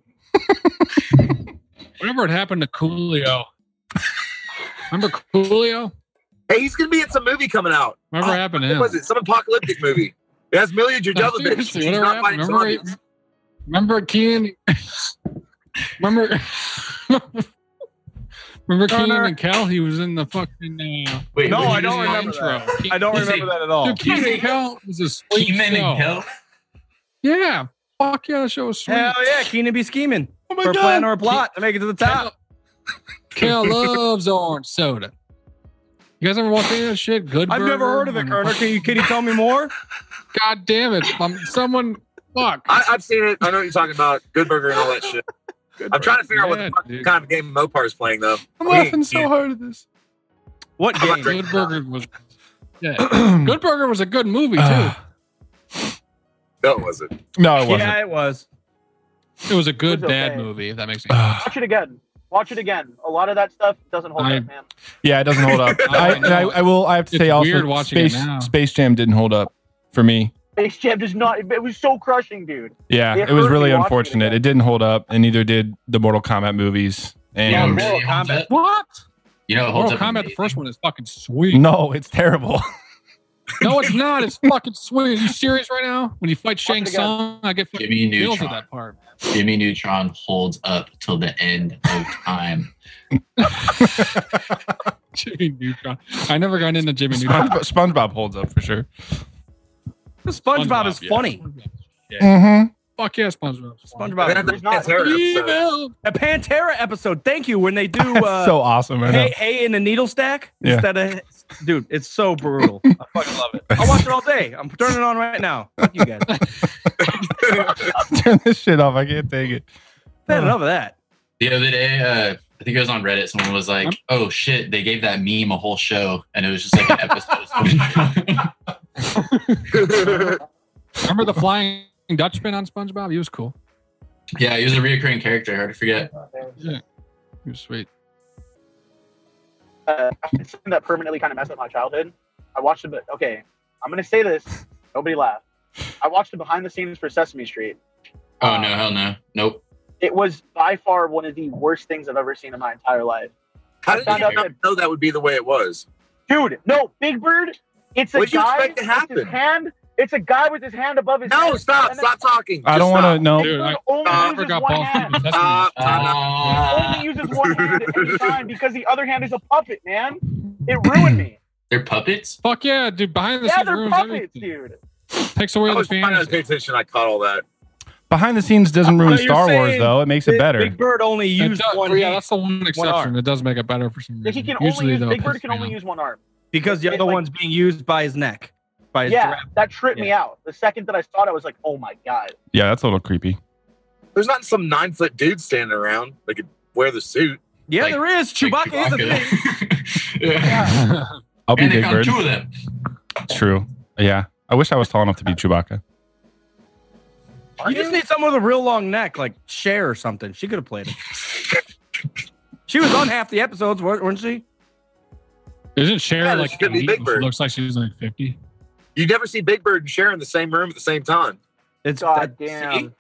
Speaker 10: Whatever had happened to Coolio. Remember Coolio?
Speaker 8: Hey, he's gonna be in some movie coming out.
Speaker 10: Whatever
Speaker 8: Oh,
Speaker 10: happened to
Speaker 8: What
Speaker 10: him?
Speaker 8: was it? Some apocalyptic movie. It has Milia
Speaker 10: No,
Speaker 8: Jovovich.
Speaker 10: seriously,
Speaker 8: She's
Speaker 10: whatever
Speaker 8: not
Speaker 10: happened.
Speaker 8: fighting
Speaker 10: Remember,
Speaker 8: zombies.
Speaker 10: remember Keenan? remember, remember Keenan and Cal? He was in the fucking. Uh,
Speaker 12: Wait,
Speaker 1: No,
Speaker 12: wait,
Speaker 1: I
Speaker 10: he was
Speaker 1: don't
Speaker 10: in the
Speaker 1: remember
Speaker 10: intro. Ke-
Speaker 1: I don't
Speaker 12: You say-
Speaker 1: remember that at all.
Speaker 10: Dude, Keenan and Cal was a sweet
Speaker 12: Keenan
Speaker 10: show.
Speaker 12: and Kel.
Speaker 10: Yeah, fuck yeah, that show was sweet.
Speaker 1: Hell yeah, Keenan be scheming
Speaker 9: oh
Speaker 1: for a plan or a plot to make it to the top.
Speaker 10: Cal loves orange soda. You guys ever watch any of that shit? Good.
Speaker 1: I've never
Speaker 10: Burger?
Speaker 1: heard of it, Kerner. Can you can you tell me more?
Speaker 10: God damn it! Um, someone, fuck.
Speaker 8: I, I've seen it. I know what you're talking about. Good Burger and all that shit. I'm trying to figure out what
Speaker 10: Yeah,
Speaker 8: the fuck
Speaker 10: dude.
Speaker 8: kind of game Mopar's playing though.
Speaker 9: I'm laughing so hard at this.
Speaker 1: What
Speaker 8: I'm not
Speaker 1: game?
Speaker 8: drinking.
Speaker 10: Good Burger was. Yeah. Good Burger was a good movie too.
Speaker 8: No, it wasn't.
Speaker 9: no, it wasn't.
Speaker 1: Yeah, it was.
Speaker 10: it was a good
Speaker 3: It was
Speaker 10: bad
Speaker 3: okay.
Speaker 10: movie. If that makes sense.
Speaker 9: Ah.
Speaker 3: Watch it again. Watch it again. A lot of that stuff doesn't hold
Speaker 10: I-
Speaker 3: up, man.
Speaker 9: yeah, it doesn't hold up. I, and I, I will. I have to
Speaker 10: It's
Speaker 9: say also,
Speaker 10: weird watching it
Speaker 9: Space,
Speaker 10: now.
Speaker 9: Space Jam didn't hold up for me.
Speaker 3: Space Jam does not. It was so crushing, dude.
Speaker 9: Yeah,
Speaker 3: It
Speaker 9: it was
Speaker 3: hurt
Speaker 9: really
Speaker 3: me watching it
Speaker 9: unfortunate.
Speaker 3: again.
Speaker 9: It didn't hold up, and neither did the Mortal Kombat movies.
Speaker 12: You know,
Speaker 9: And
Speaker 12: it really holds
Speaker 1: Kombat.
Speaker 12: up?
Speaker 10: What?
Speaker 12: You know, it holds
Speaker 10: Mortal
Speaker 12: up
Speaker 10: Kombat, the
Speaker 12: amazing.
Speaker 10: first one is fucking sweet.
Speaker 9: no, it's terrible.
Speaker 10: No, it's not. It's fucking sweet. Are you serious right now? When you fight Shang
Speaker 3: Watch it again.
Speaker 10: Tsung, I get fucking
Speaker 12: Jimmy
Speaker 10: chills at
Speaker 12: Neutron.
Speaker 10: that part.
Speaker 12: Jimmy Neutron holds up till the end of time.
Speaker 10: Jimmy Neutron. I never got into Jimmy Neutron.
Speaker 9: SpongeBob, SpongeBob holds up for sure.
Speaker 1: SpongeBob, is
Speaker 10: yeah.
Speaker 1: funny.
Speaker 9: Mm-hmm.
Speaker 10: Fuck yeah, SpongeBob.
Speaker 1: SpongeBob.
Speaker 8: Man,
Speaker 1: is-
Speaker 8: that's
Speaker 3: not.
Speaker 8: that's her episode.
Speaker 10: Evil.
Speaker 1: A Pantera episode. Thank you. When they do uh,
Speaker 9: so awesome. I know.
Speaker 1: hay, hay in the needle stack
Speaker 9: Yeah.
Speaker 1: instead of dude, it's so brutal. I fucking love it. I watch it all day. I'm turning it on right now. Fuck you guys.
Speaker 9: Turn this shit off. I can't take it.
Speaker 1: Man, enough of that.
Speaker 12: The other day, uh, I think it was on Reddit. Someone was like, "Oh shit!" They gave that meme a whole show, and it was just like an episode. of SpongeBob.
Speaker 10: Remember the Flying Dutchman on SpongeBob? He was cool.
Speaker 12: yeah, he was a reoccurring character. Hard to forget.
Speaker 1: Oh,
Speaker 10: He was sweet.
Speaker 3: Uh, it's something that permanently kind of messed up my childhood. I watched it, but okay, I'm gonna say this. Nobody laugh. I watched the behind the scenes for Sesame Street.
Speaker 12: Oh no, hell no, nope.
Speaker 3: It was by far one of the worst things I've ever seen in my entire life.
Speaker 8: How did you
Speaker 3: Found out
Speaker 8: not know that would be the way it was?
Speaker 3: Dude, no, Big Bird. It's a
Speaker 8: What'd you
Speaker 3: guy
Speaker 8: expect to
Speaker 3: with his
Speaker 8: happen?
Speaker 3: hand. It's a guy with his hand above his.
Speaker 8: No,
Speaker 3: head,
Speaker 8: stop,
Speaker 3: and then
Speaker 8: stop talking.
Speaker 9: I
Speaker 8: Just
Speaker 9: don't want to
Speaker 8: stop.
Speaker 9: know.
Speaker 10: Dude, I,
Speaker 3: Only
Speaker 10: I
Speaker 3: uses
Speaker 10: forgot
Speaker 3: Uh, one
Speaker 10: Paul
Speaker 3: hand. Uh,
Speaker 10: Stevens. That's
Speaker 8: Stop. Time out.
Speaker 3: only
Speaker 12: Uh,
Speaker 3: uses one hand at any time because the other hand is a puppet, man. It ruined me.
Speaker 12: they're puppets.
Speaker 10: Fuck yeah, dude. Behind the
Speaker 3: yeah,
Speaker 10: scenes
Speaker 3: they're
Speaker 10: ruins
Speaker 3: puppets,
Speaker 10: everything. Mm-hmm.
Speaker 3: dude.
Speaker 10: Takes away
Speaker 8: I
Speaker 10: the
Speaker 8: was trying not to pay
Speaker 10: fantasy.
Speaker 8: attention. I caught all that.
Speaker 9: Behind the scenes doesn't ruin
Speaker 1: No, you're
Speaker 9: Star Wars
Speaker 1: saying
Speaker 9: though. It makes it
Speaker 1: Big-
Speaker 9: better.
Speaker 1: Big Bird only
Speaker 10: It
Speaker 1: used
Speaker 10: does- Oh,
Speaker 1: one
Speaker 10: yeah,
Speaker 1: hand
Speaker 10: that's the one exception.
Speaker 1: arm.
Speaker 10: it does make it better for some
Speaker 3: Yeah,
Speaker 10: reason.
Speaker 3: He can
Speaker 10: Usually,
Speaker 3: only use,
Speaker 10: though,
Speaker 3: Big
Speaker 10: it
Speaker 3: Bird
Speaker 10: pisses
Speaker 3: can
Speaker 10: me
Speaker 3: only
Speaker 10: off.
Speaker 3: use one arm.
Speaker 1: because the
Speaker 3: It's
Speaker 1: other
Speaker 3: like-
Speaker 1: one's being used by his neck, by his
Speaker 3: Yeah,
Speaker 1: giraffe.
Speaker 3: that tripped me
Speaker 1: Yeah.
Speaker 3: out. The second that I saw it, I was like, oh my god.
Speaker 9: yeah, that's a little creepy.
Speaker 8: There's not some nine foot dude standing around that could wear the suit.
Speaker 1: Yeah,
Speaker 12: Like-
Speaker 1: there is. Chewbacca is a thing.
Speaker 12: yeah.
Speaker 9: I'll be
Speaker 12: And they
Speaker 9: Big
Speaker 12: found
Speaker 9: Bird.
Speaker 12: two of them.
Speaker 9: True. Yeah. I wish I was tall enough to be Chewbacca.
Speaker 1: You just need someone with a real long neck, like Cher or something. She could have played it. she was on half the episodes, wa- weren't she?
Speaker 10: Isn't Cher
Speaker 8: Yeah,
Speaker 10: like
Speaker 8: she could be
Speaker 10: elite
Speaker 8: Big
Speaker 10: if she
Speaker 8: Bird.
Speaker 10: looks like she's like fifty?
Speaker 8: You never see Big Bird and Cher in the same room at the same time.
Speaker 1: It's
Speaker 3: God damn.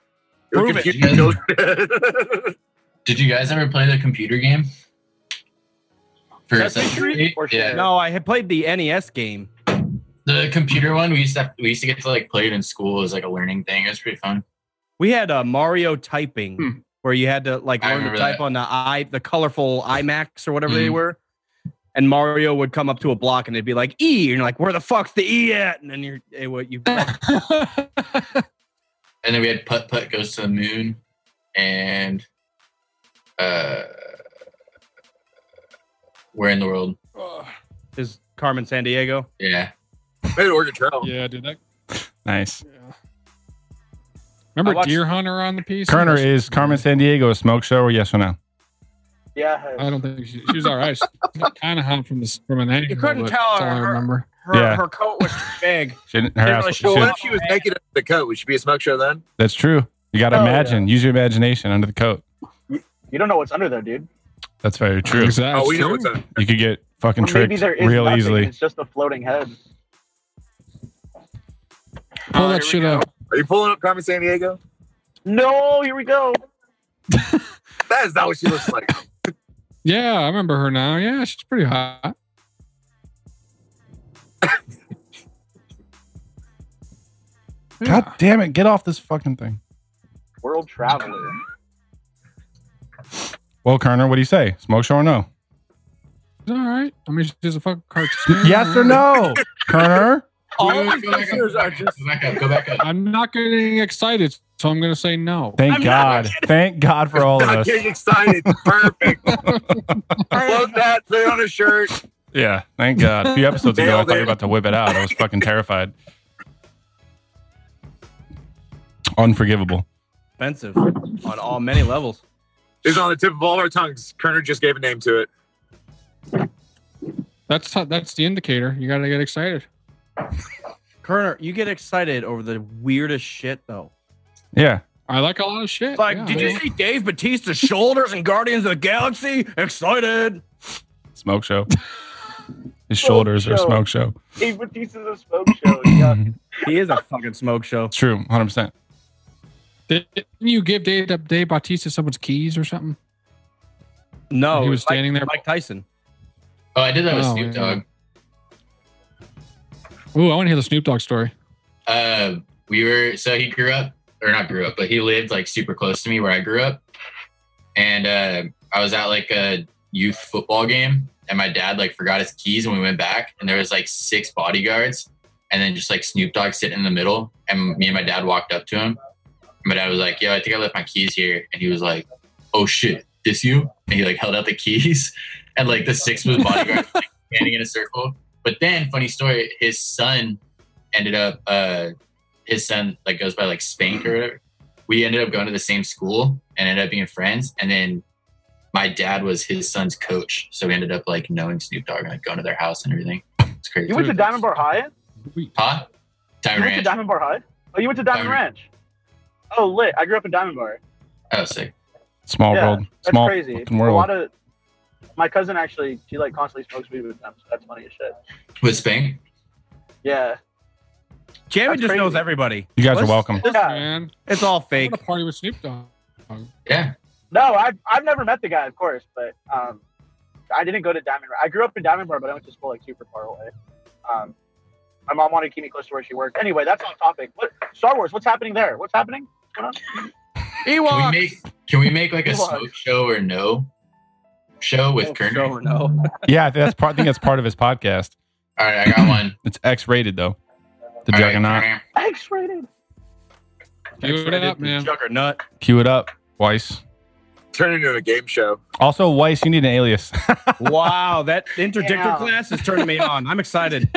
Speaker 8: It'll
Speaker 1: Prove it.
Speaker 8: confuse
Speaker 12: Did you, guys,
Speaker 8: you.
Speaker 12: did you guys ever play the computer game? For
Speaker 3: Test
Speaker 12: Assassin's
Speaker 3: Victory
Speaker 12: Creed?
Speaker 3: or
Speaker 12: yeah.
Speaker 3: Shadow?
Speaker 1: No, I had played the NES game.
Speaker 12: The computer one we used to have, we used to get to like play it in school as like a learning thing. It was pretty fun.
Speaker 1: We had uh, Mario typing,
Speaker 10: Hmm.
Speaker 1: where you had to like
Speaker 12: I
Speaker 1: learn to
Speaker 12: remember
Speaker 1: type
Speaker 12: that.
Speaker 1: on the i the colorful IMAX or whatever they
Speaker 12: Mhm.
Speaker 1: were. And Mario would come up to a block and it'd be like E, and you're like, "Where the fuck's the E at?" And then you're, it, what you,
Speaker 12: And then we had Putt Putt Goes to the Moon and uh Where in the World.
Speaker 1: is Carmen San Diego.
Speaker 12: Yeah.
Speaker 8: Made Oregon Trail.
Speaker 10: yeah, dude. That,
Speaker 9: Nice.
Speaker 10: remember
Speaker 3: I watched-
Speaker 10: Deer Hunter on the piece?
Speaker 9: Kerner is Carmen San Diego a smoke show or yes or no?
Speaker 10: I
Speaker 3: Yeah.
Speaker 10: don't think she, she was all right. She kind of hot from this from an angle.
Speaker 1: couldn't
Speaker 10: but
Speaker 1: tell
Speaker 10: that's all I
Speaker 1: her-
Speaker 10: remember.
Speaker 1: Her,
Speaker 9: Yeah.
Speaker 1: her coat was too big.
Speaker 9: She didn't, her
Speaker 1: Didn't
Speaker 9: ass,
Speaker 1: really
Speaker 9: she
Speaker 1: show
Speaker 8: Well,
Speaker 9: didn't-
Speaker 8: what if she was naked under the coat? Would she be a smoke show then?
Speaker 9: that's true. You got to
Speaker 3: Oh, yeah.
Speaker 9: imagine. Use your imagination under the coat.
Speaker 3: You don't know what's under there, dude.
Speaker 9: That's very true.
Speaker 10: Exactly.
Speaker 8: oh, we know it's a.
Speaker 9: You could get fucking
Speaker 3: Or maybe
Speaker 9: tricked
Speaker 3: there is
Speaker 9: real
Speaker 3: nothing,
Speaker 9: easily.
Speaker 3: It's just a floating head.
Speaker 10: Pull
Speaker 12: Oh, here we
Speaker 10: that shit
Speaker 12: go.
Speaker 10: up.
Speaker 8: Are you pulling up Carmen San Diego?
Speaker 3: No, here we go.
Speaker 8: That is not what she looks like.
Speaker 10: Yeah, I remember her now. Yeah, she's pretty hot.
Speaker 9: God damn it! Get off this fucking thing.
Speaker 3: World traveler.
Speaker 9: Well, Kerner, what do you say? Smoke show or no?
Speaker 10: She's all right. I mean, she's a fucking cartoon.
Speaker 9: Yes or no, Kerner?
Speaker 12: Wait, wait, wait, go back up,
Speaker 3: listeners
Speaker 12: go
Speaker 3: are
Speaker 12: back up, go back up, go back up.
Speaker 10: I'm not getting excited, so I'm gonna say no.
Speaker 9: Thank
Speaker 1: I'm not-
Speaker 9: God. Thank God for all of
Speaker 8: Not
Speaker 9: us.
Speaker 8: getting excited. Perfect. Love that. Put it on a shirt.
Speaker 9: Yeah, thank God. A few episodes ago, I
Speaker 8: Nailed
Speaker 9: thought you
Speaker 8: it.
Speaker 9: were about to whip it out. I was fucking terrified. Unforgivable.
Speaker 1: Offensive on all many levels.
Speaker 8: It's on the tip of all our tongues. Kerner just gave a name to it.
Speaker 10: That's how, that's the indicator. You gotta get excited.
Speaker 1: Kerner, you get excited over the weirdest shit though.
Speaker 9: Yeah.
Speaker 10: I like a lot of shit. Yeah, I mean,
Speaker 1: see Dave Batista's shoulders in Guardians of the Galaxy? Excited.
Speaker 9: Smoke show. His
Speaker 3: Smoke
Speaker 9: shoulders are
Speaker 3: show.
Speaker 9: smoke show.
Speaker 3: Dave Batista's a smoke show. uh, Yeah.
Speaker 1: He is a fucking smoke show.
Speaker 9: It's true, 100%.
Speaker 10: Didn't you give Dave Dave Bautista someone's keys or something?
Speaker 1: No,
Speaker 10: he was
Speaker 1: Mike-
Speaker 10: standing there.
Speaker 1: Mike Tyson.
Speaker 12: Oh, I did that with
Speaker 10: Oh,
Speaker 12: Snoop
Speaker 10: yeah.
Speaker 12: Dogg.
Speaker 10: Ooh, I want to hear the Snoop Dogg story.
Speaker 12: Uh, we were so he grew up or not grew up, but he lived like super close to me where I grew up. And uh, I was at like a youth football game, and my dad like forgot his keys, and we went back, and there was like six bodyguards, and then just like Snoop Dogg sitting in the middle, and me and my dad walked up to him. And my dad was like, "Yo, I think I left my keys here," and he was like, "Oh shit, this you?" And he like held out the keys, and like the six was bodyguards like, standing in a circle. But then, funny story, his son ended up uh his son like goes by like spank or whatever we ended up going to the same school and ended up being friends and then my dad was his son's coach so we ended up like knowing snoop dogg and like going to their house and everything it's crazy
Speaker 3: You went to Diamond Bar High?
Speaker 12: huh
Speaker 3: You
Speaker 12: diamond
Speaker 3: went to
Speaker 12: ranch
Speaker 3: Diamond Bar High? Oh, you went to Diamond
Speaker 12: Diamond-
Speaker 3: Ranch. Oh, lit. I grew up in Diamond Bar.
Speaker 12: oh sick
Speaker 9: Small
Speaker 3: Yeah,
Speaker 9: world.
Speaker 3: That's
Speaker 9: Small
Speaker 3: crazy.
Speaker 9: fucking
Speaker 3: A lot
Speaker 9: world.
Speaker 3: of my cousin actually, she like constantly smokes weed with them. So that's funny as shit.
Speaker 12: with spank
Speaker 3: Yeah.
Speaker 1: Jamie
Speaker 3: That's
Speaker 1: just knows
Speaker 3: crazy.
Speaker 1: everybody.
Speaker 9: You guys are
Speaker 1: Let's-
Speaker 9: welcome.
Speaker 3: yeah.
Speaker 10: Man,
Speaker 1: It's all
Speaker 10: I'm
Speaker 1: fake.
Speaker 10: gonna party with Snoop Dogg.
Speaker 12: yeah
Speaker 3: No, I've I've never met the guy, of course, but um, I didn't go to Diamond. Bar. I grew up in Diamond Bar, but I went to school like super far away. Um, my mom wanted to keep me close to where she worked. Anyway, that's on topic. What Star Wars? What's happening there? What's happening? What's going on?
Speaker 12: can
Speaker 1: Ewok.
Speaker 12: we make can we make like a
Speaker 3: Ewok.
Speaker 12: smoke show or no show with
Speaker 1: Smoke
Speaker 12: Kerner?
Speaker 1: show or no.
Speaker 9: Yeah, I think that's part, I think that's part of his podcast.
Speaker 12: all right i got one
Speaker 9: It's X rated, though. The
Speaker 12: All right,
Speaker 9: Juggernaut.
Speaker 12: Kerner.
Speaker 3: X-rated.
Speaker 10: Give it up, man.
Speaker 1: Juggernaut.
Speaker 9: Cue it up, Weiss.
Speaker 8: Turn it into a game show.
Speaker 9: Also, Weiss, you need an alias.
Speaker 1: Wow, that interdictor
Speaker 3: Yeah.
Speaker 1: class is turning me on. I'm excited.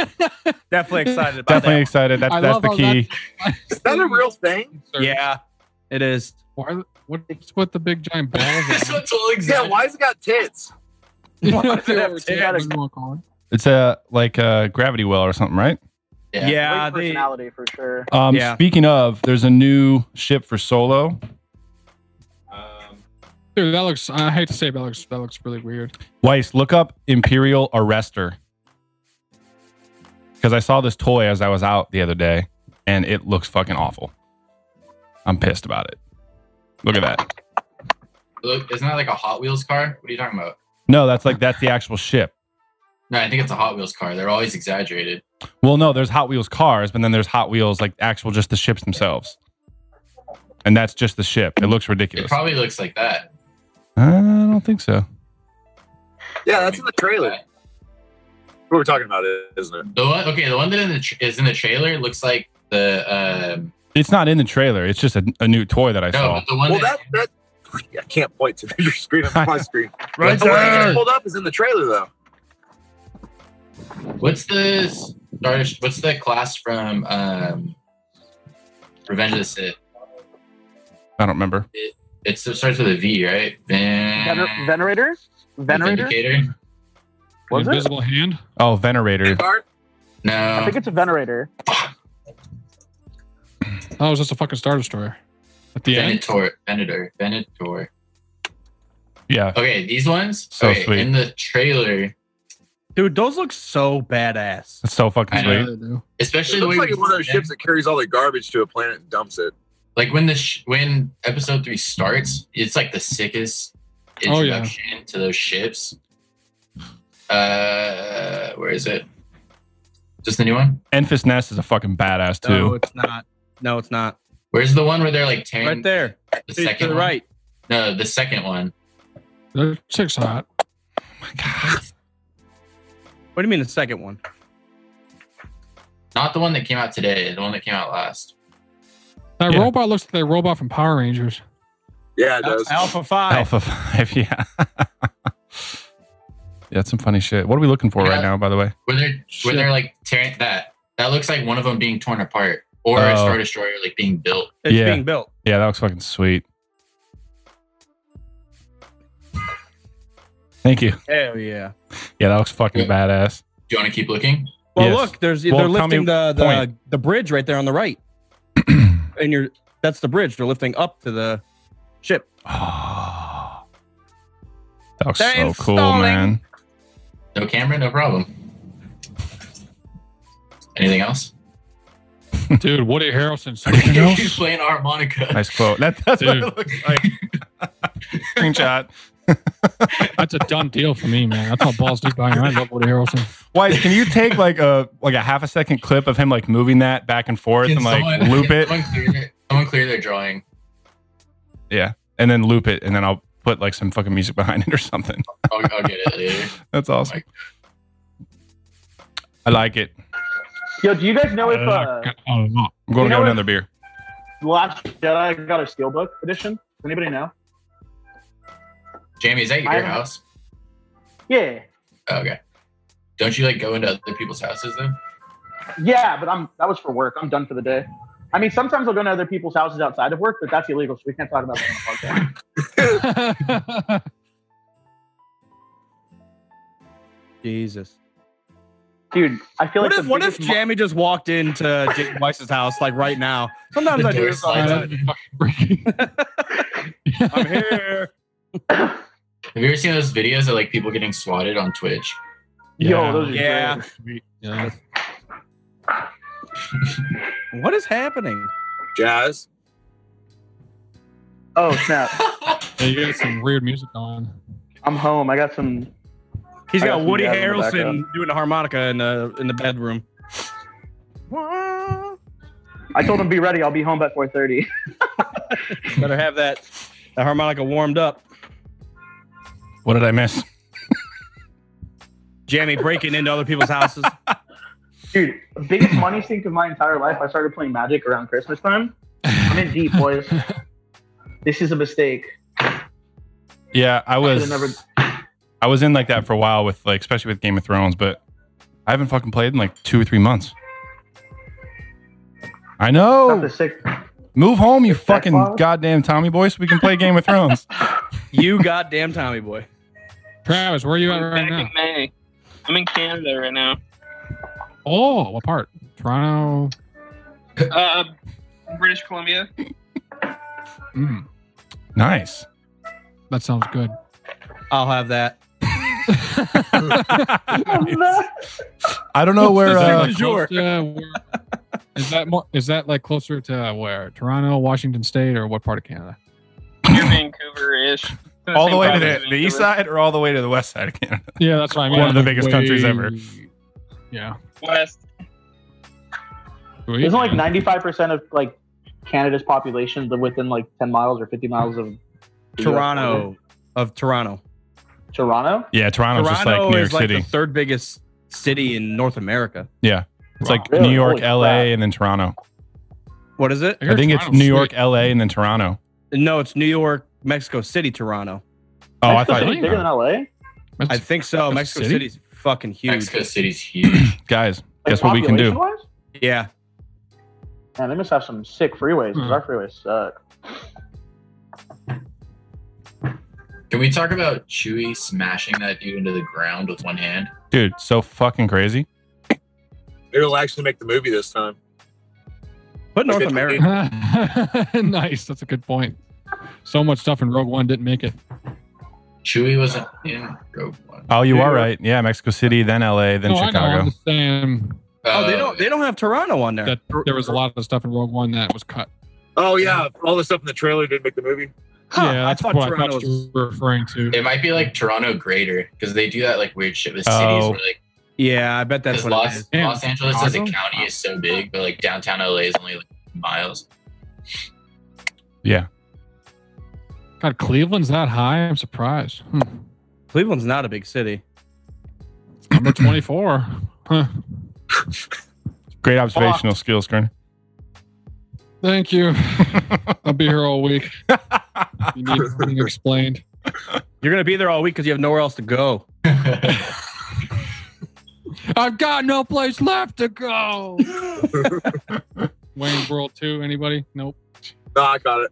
Speaker 1: Definitely excited about
Speaker 9: Definitely excited. That's,
Speaker 10: I
Speaker 9: that's
Speaker 10: love
Speaker 9: the
Speaker 10: how
Speaker 9: key.
Speaker 8: Is that a real thing?
Speaker 1: that. Yeah, it is.
Speaker 10: Why, what's with the big giant balls?
Speaker 12: this
Speaker 10: on?
Speaker 12: one's all
Speaker 8: Yeah,
Speaker 12: excited.
Speaker 8: why has it got tits?
Speaker 10: You know,
Speaker 1: Why does it have
Speaker 10: it's
Speaker 1: to-
Speaker 10: a moonwalk on.
Speaker 9: It's a like a gravity well or something, right?
Speaker 1: Yeah,
Speaker 3: Great personality for sure.
Speaker 9: Um, Speaking of, there's a new ship for Solo.
Speaker 10: Dude, that looks. I hate to say, it, that looks. That looks really weird.
Speaker 9: Weiss, look up Imperial Arrestor. Because I saw this toy as I was out the other day, and it looks fucking awful. I'm pissed about it. Look at that.
Speaker 12: Look, isn't that like a Hot Wheels car? What are you talking about?
Speaker 9: No, that's like that's the actual ship.
Speaker 12: No, I think it's a Hot Wheels car. They're always exaggerated.
Speaker 9: Well, no, there's Hot Wheels cars, but then there's Hot Wheels like actual just the ships themselves. And that's just the ship. It looks
Speaker 12: It
Speaker 9: ridiculous.
Speaker 12: probably looks like that.
Speaker 9: I don't think so.
Speaker 8: Yeah, that's in the trailer. What we're talking about, it, isn't it?
Speaker 12: The one, okay, the one that in the tr is in the trailer looks like the um,
Speaker 9: It's not in the trailer. It's just a, a new toy that I
Speaker 12: no,
Speaker 9: saw.
Speaker 12: but the one
Speaker 8: Well,
Speaker 12: that,
Speaker 8: that, that I can't point to your screen on my screen.
Speaker 9: Right
Speaker 8: the one I
Speaker 9: there.
Speaker 8: just pulled up is in the trailer though.
Speaker 12: what's the Star Dest- what's the class from um, Revenge of the Sith?
Speaker 9: I don't remember.
Speaker 12: It starts with a V, right? Ven-
Speaker 3: Vener- Venerators? Venerators?
Speaker 12: Vindicator?
Speaker 3: Was it?
Speaker 10: Invisible hand.
Speaker 9: Oh, Venerator.
Speaker 3: I
Speaker 12: No,
Speaker 3: think it's a Venerator.
Speaker 10: That Oh, was just a fucking star destroyer. At the end.
Speaker 12: Venator, Venator, Venator.
Speaker 9: Yeah.
Speaker 12: Okay, these ones.
Speaker 9: So
Speaker 12: okay,
Speaker 9: sweet.
Speaker 12: In the trailer,
Speaker 1: Dude, those look so badass.
Speaker 9: It's so fucking
Speaker 12: I know.
Speaker 9: sweet.
Speaker 12: especially
Speaker 8: It
Speaker 12: the
Speaker 8: looks
Speaker 12: way
Speaker 8: like
Speaker 12: we-
Speaker 8: one of those ships that carries all the garbage to a planet and dumps it.
Speaker 12: like when the sh- when episode three starts, it's like the sickest
Speaker 10: Oh, yeah.
Speaker 12: introduction to those ships. Uh, where is it? Just the new one.
Speaker 9: Enfys Nest is a fucking badass too.
Speaker 1: No, Oh, it's not. No, it's not.
Speaker 12: Where's the one where they're like tearing
Speaker 1: Right there.
Speaker 12: the
Speaker 1: See, to
Speaker 12: second
Speaker 1: the
Speaker 12: one?
Speaker 1: right.
Speaker 12: No, the second one.
Speaker 10: That chick's hot.
Speaker 1: What do you mean the second one?
Speaker 12: Not the one that came out today. The one that came out last.
Speaker 10: That
Speaker 9: Yeah.
Speaker 10: robot looks like that robot from Power Rangers.
Speaker 8: Yeah, it
Speaker 1: Al-
Speaker 8: does.
Speaker 1: Alpha Five.
Speaker 9: Alpha Five, yeah. yeah, it's some funny shit. What are we looking for right
Speaker 12: Yeah.
Speaker 9: now, by the way?
Speaker 12: When they're
Speaker 9: Shit.
Speaker 12: when they're like tearing that. That looks like one of them being torn apart, or
Speaker 9: Oh.
Speaker 12: a star destroyer like being built.
Speaker 1: It's
Speaker 9: Yeah.
Speaker 1: being built.
Speaker 9: Yeah, that looks fucking sweet. Thank you.
Speaker 1: Hell yeah.
Speaker 9: Yeah, that looks fucking badass.
Speaker 12: Do you want to keep looking?
Speaker 1: Well,
Speaker 9: Yes.
Speaker 1: look, there's
Speaker 9: Well,
Speaker 1: they're
Speaker 9: tell me
Speaker 1: lifting the the,
Speaker 9: point.
Speaker 1: the bridge right there on the right, and you're that's the bridge. They're lifting up to the ship.
Speaker 9: that Ah. looks
Speaker 1: They're
Speaker 9: so cool,
Speaker 1: installing-
Speaker 9: man.
Speaker 12: No camera, no problem. Anything else?
Speaker 10: Dude, Woody Harrelson's
Speaker 9: Anything
Speaker 12: He's
Speaker 9: else?
Speaker 12: playing harmonica.
Speaker 9: Nice quote. That, that's what
Speaker 10: Dude.
Speaker 9: it looks like. Screenshot.
Speaker 10: That's a done deal for me, man. That's how balls deep I am. I love Woody Harrelson.
Speaker 9: Why? Can you take like a like a half a second clip of him like moving that back and forth
Speaker 12: Can
Speaker 9: and like
Speaker 12: someone-
Speaker 9: loop
Speaker 12: can
Speaker 9: it?
Speaker 12: Someone clear, their, someone clear their drawing.
Speaker 9: Yeah, and then loop it, and then I'll put like some fucking music behind it or something.
Speaker 12: I'll, I'll get it later.
Speaker 9: That's awesome. I like it.
Speaker 3: Yo, do you guys know if uh,
Speaker 10: Oh, no.
Speaker 9: I'm going
Speaker 3: You
Speaker 9: to
Speaker 3: know
Speaker 9: get
Speaker 3: what?
Speaker 9: another beer.
Speaker 3: Last Jedi got a steelbook edition? Does anybody know?
Speaker 12: Jamie, is that
Speaker 3: I
Speaker 12: your
Speaker 3: don't-
Speaker 12: house?
Speaker 3: Yeah,
Speaker 12: Oh, okay. Don't you like go into other people's houses though?
Speaker 3: yeah, but I'm that was for work. I'm done for the day. I mean, sometimes I'll go to other people's houses outside of work, but that's illegal, so we can't talk about that on the podcast.
Speaker 1: Jesus.
Speaker 3: Dude, I feel
Speaker 1: What
Speaker 3: like
Speaker 1: if
Speaker 3: the
Speaker 1: what if
Speaker 3: biggest mo-
Speaker 1: Jammy just walked into Jake Weiss's house like right now? Sometimes
Speaker 12: The
Speaker 1: I do
Speaker 12: door
Speaker 1: this. all the
Speaker 12: slides
Speaker 1: time.
Speaker 12: open.
Speaker 1: I'm here.
Speaker 12: Have you ever seen those videos of like people getting swatted on Twitch?
Speaker 3: Yo, those are
Speaker 1: Yeah.
Speaker 3: great.
Speaker 10: Yeah.
Speaker 1: What is happening?
Speaker 8: Jazz.
Speaker 3: Oh snap!
Speaker 10: Yeah, you got some weird music on.
Speaker 3: I'm home. I got some
Speaker 1: He's
Speaker 3: I
Speaker 1: got,
Speaker 3: got some
Speaker 1: Woody
Speaker 3: guys in the
Speaker 1: Harrelson
Speaker 3: background.
Speaker 1: doing the harmonica in the in the bedroom.
Speaker 3: I told him be ready. I'll be home by 4:30.
Speaker 1: Better have that the harmonica warmed up.
Speaker 9: What did I miss?
Speaker 1: Jammy breaking into other people's houses.
Speaker 3: Dude, biggest money sink of my entire life. I started playing Magic around Christmas time. I'm in deep, boys. This is a mistake.
Speaker 9: Yeah, I was.
Speaker 3: should've never-
Speaker 9: I was in like that for a while with like, especially with Game of Thrones, but I haven't fucking played in like two or three months.
Speaker 3: Not
Speaker 9: I know.
Speaker 3: the sick.
Speaker 9: Move home, you fucking
Speaker 3: Xbox?
Speaker 9: goddamn Tommy boy, so we can play Game of Thrones.
Speaker 1: you goddamn Tommy boy.
Speaker 10: Travis, where are you at
Speaker 11: I'm
Speaker 10: right
Speaker 11: back
Speaker 10: now?
Speaker 11: in May. I'm in Canada right now.
Speaker 10: Oh, what part?
Speaker 9: Toronto.
Speaker 11: Uh, British Columbia.
Speaker 9: Mm. Nice.
Speaker 10: Hmm, That sounds good.
Speaker 1: I'll have that.
Speaker 9: I don't know where.
Speaker 10: Is that,
Speaker 9: Uh,
Speaker 10: like, close to where- is that more? Is that like closer to where? Toronto, Washington State, or what part of Canada?
Speaker 11: Near Vancouver ish.
Speaker 9: all the way to the, the east side or all the way to the west side of Canada?
Speaker 10: Yeah, that's what I mean.
Speaker 9: One of the biggest countries
Speaker 10: Way-
Speaker 9: ever.
Speaker 10: Yeah.
Speaker 11: West.
Speaker 10: Sweet.
Speaker 3: Isn't like ninety five percent of like Canada's population live within like ten miles or fifty miles of the US border?
Speaker 1: Toronto of Toronto.
Speaker 3: Toronto.
Speaker 9: Yeah, Toronto's just like
Speaker 1: Toronto
Speaker 9: New York
Speaker 1: is like
Speaker 9: City.
Speaker 1: the third biggest city in North America.
Speaker 9: yeah, it's like
Speaker 3: Really?
Speaker 9: New York,
Speaker 3: Holy
Speaker 9: LA,
Speaker 3: crap.
Speaker 9: and then Toronto.
Speaker 1: What is it?
Speaker 9: I think it's New York, LA, and then Toronto.
Speaker 1: No, it's New York, Mexico City, Toronto.
Speaker 9: Oh, I
Speaker 3: Mexico
Speaker 9: thought
Speaker 3: City's bigger than LA.
Speaker 1: I think so.
Speaker 9: Mexico
Speaker 1: Mexico
Speaker 9: City?
Speaker 1: City's fucking huge.
Speaker 12: Mexico City's huge.
Speaker 9: guys.
Speaker 3: Like,
Speaker 9: guess what we can do?
Speaker 3: population-wise?
Speaker 1: Yeah.
Speaker 3: Man, they must have some sick freeways because
Speaker 10: Hmm.
Speaker 3: our freeways suck.
Speaker 12: Can we talk about Chewy smashing that dude into the ground with one hand?
Speaker 9: Dude, so fucking crazy.
Speaker 8: Maybe we'll actually make the movie this time.
Speaker 1: But North
Speaker 8: Okay.
Speaker 1: America.
Speaker 10: nice. That's a good point. So much stuff in Rogue One didn't make it.
Speaker 12: Chewy wasn't in Rogue One.
Speaker 9: Oh, you are right. Yeah, Mexico City, then LA, then
Speaker 10: no, I know. I'm
Speaker 9: Chicago.
Speaker 10: just saying
Speaker 1: Oh,
Speaker 10: uh,
Speaker 1: they don't. They don't have Toronto on there.
Speaker 10: that there was a lot of stuff in Rogue One that was cut.
Speaker 8: Oh yeah, all the stuff in the trailer didn't make the movie.
Speaker 1: Huh,
Speaker 10: yeah,
Speaker 1: I
Speaker 10: that's
Speaker 1: thought
Speaker 10: what I
Speaker 1: Toronto
Speaker 10: thought you were referring to.
Speaker 12: It might be like Toronto Greater because they do that like weird shit with cities
Speaker 9: Oh.
Speaker 12: where like
Speaker 1: yeah, I bet that's
Speaker 12: because
Speaker 1: what it
Speaker 12: Los,
Speaker 1: is.
Speaker 10: Damn,
Speaker 12: Los Angeles as a
Speaker 10: Chicago?
Speaker 12: county is so big, but like downtown LA is only like miles.
Speaker 9: Yeah.
Speaker 10: God, Cleveland's that high. I'm surprised. Hmm.
Speaker 1: Cleveland's not a big city.
Speaker 10: Number 24. Huh.
Speaker 9: Great observational skills, Kern.
Speaker 10: Thank you. I'll be here all week. You need everything explained.
Speaker 1: You're gonna be there all week because you have nowhere else to go.
Speaker 10: I've got no place left to go. Wayne's World 2, anybody? Nope.
Speaker 8: No, I got it.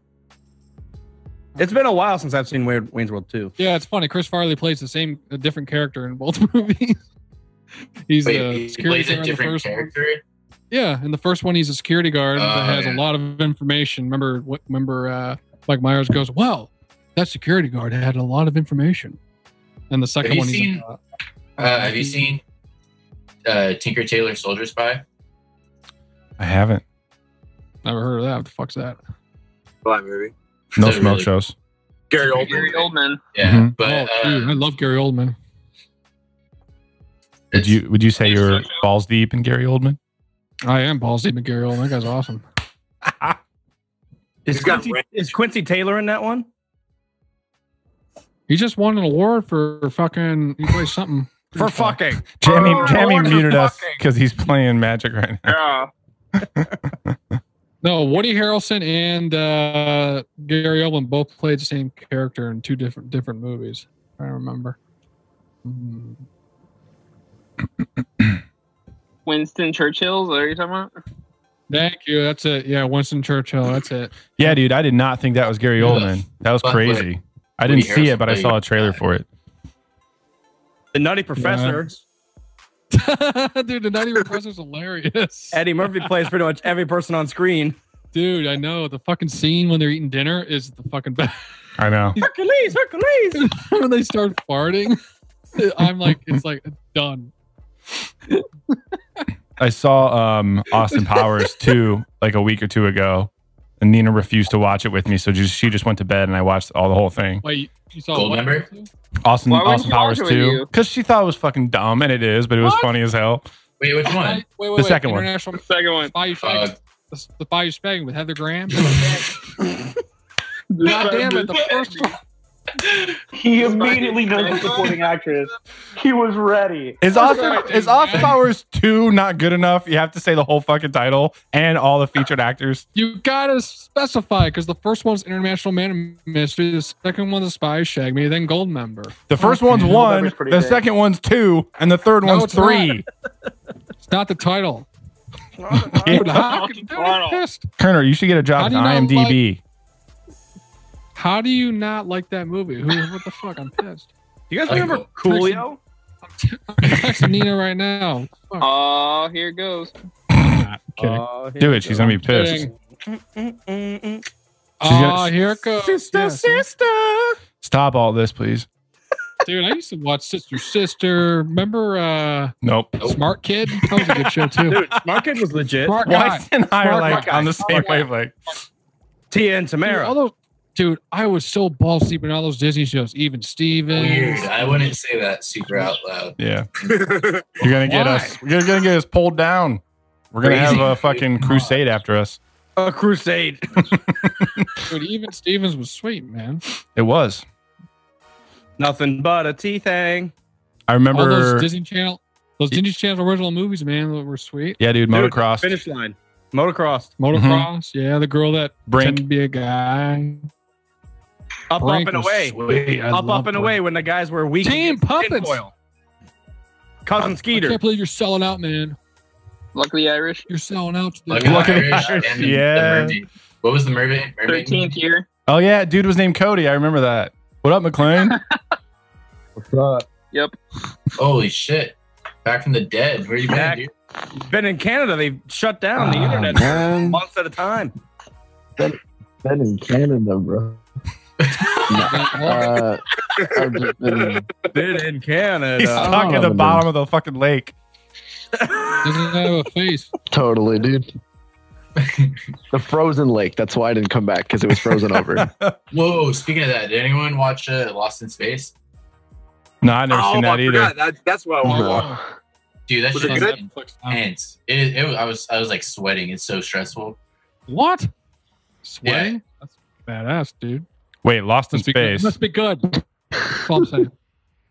Speaker 1: It's been a while since I've seen Wayne- Wayne's World 2.
Speaker 10: Yeah, it's funny. Chris Farley plays the same, a different character in both movies. He's
Speaker 12: Wait,
Speaker 10: a
Speaker 12: he
Speaker 10: security
Speaker 12: plays
Speaker 10: guard
Speaker 12: a
Speaker 10: in the
Speaker 12: different
Speaker 10: first one.
Speaker 12: character.
Speaker 10: Yeah, in the first one, he's a security guard
Speaker 12: Oh,
Speaker 10: that has
Speaker 12: yeah.
Speaker 10: a lot of information. Remember, what, remember, uh, Mike Myers goes, "Well, that security guard had a lot of information." And the second
Speaker 12: you
Speaker 10: one,
Speaker 12: seen-
Speaker 10: he's like,
Speaker 12: Uh, have you seen uh, Tinker Tailor Soldier Spy?
Speaker 9: I haven't.
Speaker 10: "Never heard of that. What the fuck's that?"
Speaker 8: Fly movie.
Speaker 9: No
Speaker 12: Is that
Speaker 9: smoke
Speaker 12: really-
Speaker 9: shows.
Speaker 8: Gary Oldman.
Speaker 11: Gary Oldman.
Speaker 12: Yeah,
Speaker 1: Mm-hmm.
Speaker 9: Mhm.
Speaker 12: but
Speaker 10: oh, dude,
Speaker 12: uh,
Speaker 10: I love Gary Oldman.
Speaker 9: Would
Speaker 12: it's-
Speaker 9: you would you say
Speaker 12: it's
Speaker 9: you're
Speaker 12: so-
Speaker 9: balls deep in Gary Oldman?
Speaker 10: I am balls deep in Gary Oldman. That guy's awesome.
Speaker 1: Is
Speaker 8: He's got
Speaker 1: Quincy,
Speaker 8: red-
Speaker 1: is Quincy Taylor in that one?
Speaker 10: He just won an award for fucking. He plays something
Speaker 1: For fucking.
Speaker 9: Tammy
Speaker 8: Oh,
Speaker 9: Tammy
Speaker 8: what the
Speaker 9: muted us
Speaker 8: fucking-
Speaker 9: because he's playing Magic right now.
Speaker 11: Yeah.
Speaker 10: No, Woody Harrelson and uh, Gary Oldman both played the same character in two different different movies. I remember. Hmm.
Speaker 11: Winston Churchill. Is that what you're talking about?
Speaker 10: Thank you. That's it. Yeah, Winston Churchill. That's it.
Speaker 9: Yeah, dude, I did not think that was Gary
Speaker 12: Yeah.
Speaker 9: Oldman. That was
Speaker 12: But,
Speaker 9: crazy. I
Speaker 12: Woody
Speaker 9: didn't see
Speaker 12: Harrelson
Speaker 9: it, but I
Speaker 12: played-
Speaker 9: saw a trailer for it.
Speaker 1: The Nutty Professor.
Speaker 10: Dude, the Nutty Professor's hilarious.
Speaker 1: Eddie Murphy plays pretty much every person on screen.
Speaker 10: Dude, I know. The fucking scene when they're eating dinner is the fucking best.
Speaker 9: I know.
Speaker 1: Hercules, Hercules.
Speaker 10: when they start farting, I'm like, it's like, done.
Speaker 9: I saw um, Austin Powers two like a week or two ago, and Nina refused to watch it with me, so just, she just went to bed, and I watched all the whole thing.
Speaker 10: Wait, you saw
Speaker 12: Gold
Speaker 10: what?
Speaker 12: member?
Speaker 9: Austin
Speaker 11: Why wouldn't
Speaker 9: Austin
Speaker 11: she watch
Speaker 9: Powers
Speaker 11: it with
Speaker 9: two
Speaker 11: you?
Speaker 9: because she thought it was fucking dumb, and it is, but it was
Speaker 10: What?
Speaker 9: funny as hell.
Speaker 12: Wait, which one?
Speaker 10: Wait, wait, wait,
Speaker 9: The second one.
Speaker 10: International
Speaker 11: Second one.
Speaker 10: Spy You
Speaker 12: Uh,
Speaker 10: Shagging. the the Spy You Spagging with Heather Graham.
Speaker 11: God
Speaker 10: damn it, the first one.
Speaker 3: He immediately knows the supporting actress. He was ready.
Speaker 9: Is
Speaker 10: That's
Speaker 9: Austin
Speaker 10: right,
Speaker 9: is
Speaker 10: dude.
Speaker 9: Austin Powers two not good enough? You have to say the whole fucking title and all the featured actors.
Speaker 10: You gotta specify because the first one's International Man of Mystery, the second one's a Spy Shag Me, then Gold Member.
Speaker 9: The first one's
Speaker 10: Okay.
Speaker 9: one,
Speaker 3: Number's pretty
Speaker 9: the
Speaker 3: big.
Speaker 9: second one's two, and the third
Speaker 10: No,
Speaker 9: one's
Speaker 10: it's not.
Speaker 9: three.
Speaker 10: It's not the title.
Speaker 9: Yeah.
Speaker 10: Dude, how, can- dude, I'm pissed.
Speaker 9: Kerner, you should get a job
Speaker 10: How
Speaker 9: at
Speaker 10: do you not
Speaker 9: IMDb.
Speaker 10: How do you not like that movie? Who? What the fuck? I'm pissed.
Speaker 1: Do you guys
Speaker 12: Like-
Speaker 1: remember Coolio?
Speaker 10: I'm texting Nina right now.
Speaker 11: Oh, here it goes.
Speaker 9: kidding.
Speaker 10: Oh,
Speaker 9: Do it. She's gonna be pissed.
Speaker 10: Kidding.
Speaker 9: She's gonna-
Speaker 10: Oh, here it goes.
Speaker 1: Sister, sister.
Speaker 9: Stop all this, please.
Speaker 10: Dude, I used to watch Sister Sister. Remember uh
Speaker 9: Nope.
Speaker 10: Smart Kid? That was a good show too.
Speaker 1: Dude, Smart Kid was legit.
Speaker 10: Smart
Speaker 9: Why
Speaker 10: guy.
Speaker 9: and I are
Speaker 10: Smart
Speaker 9: like
Speaker 10: guy.
Speaker 9: on the same
Speaker 10: Smart guy.
Speaker 9: wavelength.
Speaker 1: Tia and
Speaker 10: Dude,
Speaker 1: Tamara.
Speaker 10: all those- dude, I was so ball deep in all those Disney shows. Even Steven.
Speaker 1: Oh,
Speaker 12: Weird. I wouldn't say that super out loud.
Speaker 9: Yeah, you're gonna get
Speaker 10: Why?
Speaker 9: us. You're gonna get us pulled down. We're gonna
Speaker 12: Crazy.
Speaker 9: have a fucking crusade after us.
Speaker 1: A crusade.
Speaker 10: Dude, even Stevens was sweet, man.
Speaker 9: It was.
Speaker 1: Nothing but a tea thing.
Speaker 9: I
Speaker 10: all those
Speaker 9: remember.
Speaker 10: Disney Channel, those Disney Channel original movies, man, were sweet.
Speaker 9: Yeah, dude,
Speaker 1: Dude,
Speaker 9: motocross.
Speaker 1: Finish line. Motocross.
Speaker 10: Motocross, yeah, the girl that
Speaker 9: Brink.
Speaker 10: pretended to be a guy.
Speaker 1: Up,
Speaker 10: Brink
Speaker 1: up, and
Speaker 10: was
Speaker 1: away.
Speaker 10: sweet. I
Speaker 1: up,
Speaker 10: love
Speaker 1: up, and
Speaker 10: Brink.
Speaker 1: away when the guys were weak.
Speaker 10: Team
Speaker 1: against
Speaker 10: Puppets.
Speaker 1: tinfoil. Cousin
Speaker 10: I
Speaker 1: Skeeter.
Speaker 10: can't believe you're selling out, man.
Speaker 11: Luckily Irish.
Speaker 10: You're selling out. To
Speaker 12: Look
Speaker 10: the
Speaker 9: Luckily
Speaker 12: at
Speaker 9: Look at
Speaker 12: Irish.
Speaker 9: Irish,
Speaker 12: and the- the
Speaker 9: yeah.
Speaker 12: mermaid. What was the mermaid? mermaid?
Speaker 11: Thirteenth year.
Speaker 9: Oh yeah, dude was named Cody. I remember that. What up, McLean?
Speaker 7: What's up?
Speaker 12: Holy shit. Back from the dead. Where you been,
Speaker 1: Back.
Speaker 12: dude?
Speaker 1: Been in Canada. They shut down the
Speaker 7: Ah,
Speaker 1: internet
Speaker 7: man.
Speaker 1: months at a time.
Speaker 7: Been in Canada, bro. Uh, I've just been
Speaker 1: Been in Canada.
Speaker 9: He's stuck
Speaker 10: Oh,
Speaker 9: at the
Speaker 7: dude.
Speaker 9: bottom of the fucking lake.
Speaker 10: Doesn't have a face.
Speaker 7: totally, dude. The frozen lake. That's why I didn't come back because it was frozen over.
Speaker 12: Whoa, Oh, speaking of that, did anyone watch uh, Lost in Space?
Speaker 9: No, I never
Speaker 8: oh,
Speaker 9: seen that
Speaker 8: I
Speaker 9: either.
Speaker 8: forgot. That, that's what I want to
Speaker 7: No.
Speaker 8: watch.
Speaker 12: Dude, that
Speaker 8: Was
Speaker 12: shit
Speaker 8: it
Speaker 12: is
Speaker 8: good?
Speaker 12: intense. It, it, was- I was I was like sweating. It's so stressful.
Speaker 10: What? Sweating? That's badass, dude.
Speaker 9: Wait, Lost in
Speaker 10: Must be good.
Speaker 9: Space.
Speaker 10: Must be good. That's all I'm saying.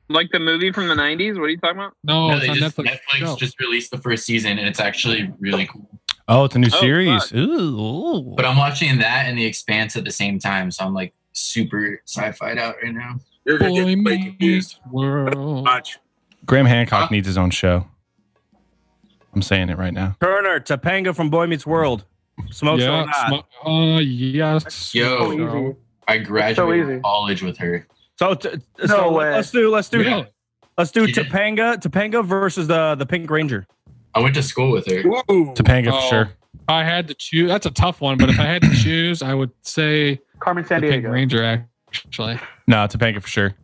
Speaker 11: Like the movie from the '90s. What are you talking about?
Speaker 10: No,
Speaker 12: no,
Speaker 10: it's
Speaker 12: they
Speaker 10: on
Speaker 12: just,
Speaker 10: Netflix.
Speaker 12: Netflix,
Speaker 10: No.
Speaker 12: just released the first season, and it's actually really cool.
Speaker 9: Oh, it's a new
Speaker 11: Oh,
Speaker 9: series. Ooh.
Speaker 12: But I'm watching that and The Expanse at the same time, so I'm like super sci-fi out right now.
Speaker 8: You're going to
Speaker 10: Boy
Speaker 8: get way confused.
Speaker 10: Meets World.
Speaker 8: Watch.
Speaker 9: Graham
Speaker 12: Huh?
Speaker 9: Hancock needs his own show. I'm saying it right now.
Speaker 1: Turner, Topanga from Boy Meets World. Smoke
Speaker 10: yeah,
Speaker 1: so hot.
Speaker 10: sm- uh, yes.
Speaker 12: Yo.
Speaker 10: Smoke
Speaker 12: I graduated
Speaker 3: easy.
Speaker 12: college with her.
Speaker 1: So, t-
Speaker 3: No
Speaker 1: so
Speaker 3: way.
Speaker 1: let's do let's do
Speaker 10: Shop. Really?
Speaker 1: let's do
Speaker 12: She did.
Speaker 1: Topanga Topanga versus the the Pink Ranger.
Speaker 12: I went to school with her.
Speaker 8: Ooh.
Speaker 9: Topanga
Speaker 10: Oh.
Speaker 9: for sure.
Speaker 10: If I had to choose. That's a tough one, but if I had to choose, I would say
Speaker 3: Carmen
Speaker 10: the
Speaker 3: San
Speaker 10: Pink
Speaker 3: Diego.
Speaker 10: Ranger. Actually,
Speaker 9: No, Topanga for sure.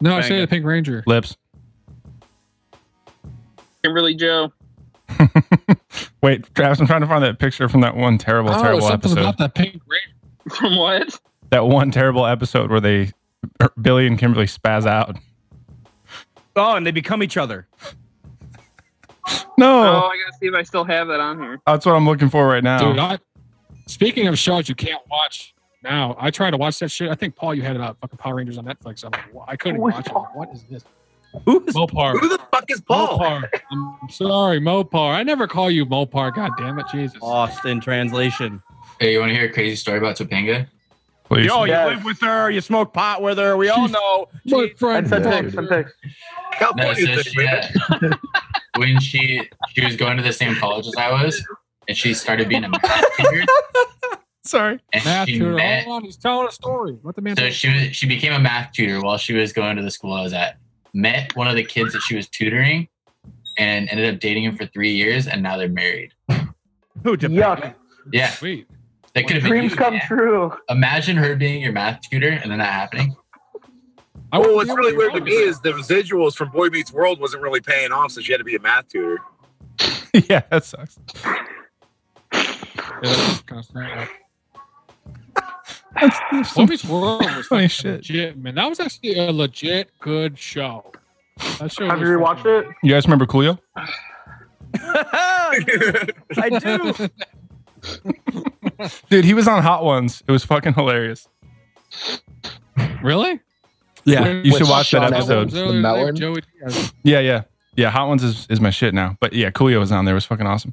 Speaker 10: no, I say
Speaker 1: Bang
Speaker 10: the
Speaker 1: it.
Speaker 10: Pink Ranger.
Speaker 9: Lips.
Speaker 11: Kimberly Joe.
Speaker 9: Wait, Travis, I'm trying to find that picture from that one terrible,
Speaker 10: Oh,
Speaker 9: terrible
Speaker 10: something
Speaker 9: episode.
Speaker 10: about that Pink Ranger.
Speaker 11: From what?
Speaker 9: that one terrible episode where they er, Billy and Kimberly spaz out.
Speaker 1: Oh, and they become each other.
Speaker 11: Oh,
Speaker 9: No,
Speaker 11: I gotta see if I still have that on here.
Speaker 9: that's what I'm looking for right now.
Speaker 10: Dude, I, speaking of shows you can't watch now, I tried to watch that shit. I think Paul, you had it up. Fucking Power Rangers on Netflix. I'm like, wha- I couldn't
Speaker 3: Who's
Speaker 10: watch it.
Speaker 3: Paul?
Speaker 10: What is this?
Speaker 1: Who is
Speaker 10: Mopar.
Speaker 8: Who the fuck is Paul?
Speaker 10: Mopar. I'm sorry, Mopar. I never call you Mopar. God damn it, Jesus.
Speaker 1: lost in translation?
Speaker 12: Hey, you want to hear a crazy story about Topanga?
Speaker 9: Please.
Speaker 1: Yo,
Speaker 3: Yes.
Speaker 1: you live with her, you smoke pot with her. We all
Speaker 10: She's-
Speaker 1: know.
Speaker 10: My
Speaker 3: And
Speaker 10: friend.
Speaker 3: send
Speaker 7: Yeah,
Speaker 3: pics.
Speaker 7: dude.
Speaker 3: Send pics.
Speaker 12: No,
Speaker 8: California
Speaker 12: so
Speaker 8: is
Speaker 12: she, uh, when she she was going to the same college as I was, and she started being a math tutor,
Speaker 9: Sorry.
Speaker 12: and
Speaker 10: Matt
Speaker 12: she
Speaker 10: Tudor.
Speaker 12: met.
Speaker 10: Hold on, he's telling a story. Let the man
Speaker 12: So
Speaker 10: tell-
Speaker 12: she was, she became a math tutor while she was going to the school I was at. Met one of the kids that she was tutoring, and ended up dating him for three years, and now they're married.
Speaker 1: Who Topanga?
Speaker 3: Yuck.
Speaker 12: Yeah,
Speaker 10: Sweet.
Speaker 12: that could have been
Speaker 3: Dreams
Speaker 12: you,
Speaker 3: come
Speaker 12: man.
Speaker 3: true.
Speaker 12: Imagine her being your math tutor and then that happening.
Speaker 10: I
Speaker 8: Well,
Speaker 10: wouldn't
Speaker 8: what's
Speaker 10: be
Speaker 8: really
Speaker 10: able
Speaker 8: weird to
Speaker 10: do
Speaker 8: me
Speaker 10: that.
Speaker 8: is the residuals from Boy Meets World wasn't really paying off, so she had to be a math tutor.
Speaker 9: yeah, that sucks.
Speaker 10: Yeah, that's kind of sad.
Speaker 9: That's, that's some
Speaker 10: Boy's World was
Speaker 9: funny
Speaker 10: fucking
Speaker 9: shit.
Speaker 10: legit, man. That was actually a legit good show. That show
Speaker 3: Have you
Speaker 10: was
Speaker 3: rewatched
Speaker 10: fucking-
Speaker 3: it?
Speaker 9: You guys remember Coolio?
Speaker 1: I do.
Speaker 9: Dude, he was on Hot Ones. It was fucking hilarious.
Speaker 10: Really?
Speaker 9: Yeah, you
Speaker 7: With
Speaker 9: should watch that
Speaker 7: Sean
Speaker 9: episode.
Speaker 7: Evans. The melon?
Speaker 10: Joey Diaz.
Speaker 9: Yeah, yeah, yeah. Hot Ones is, is my shit now. But yeah, Coolio was on there. It was fucking awesome.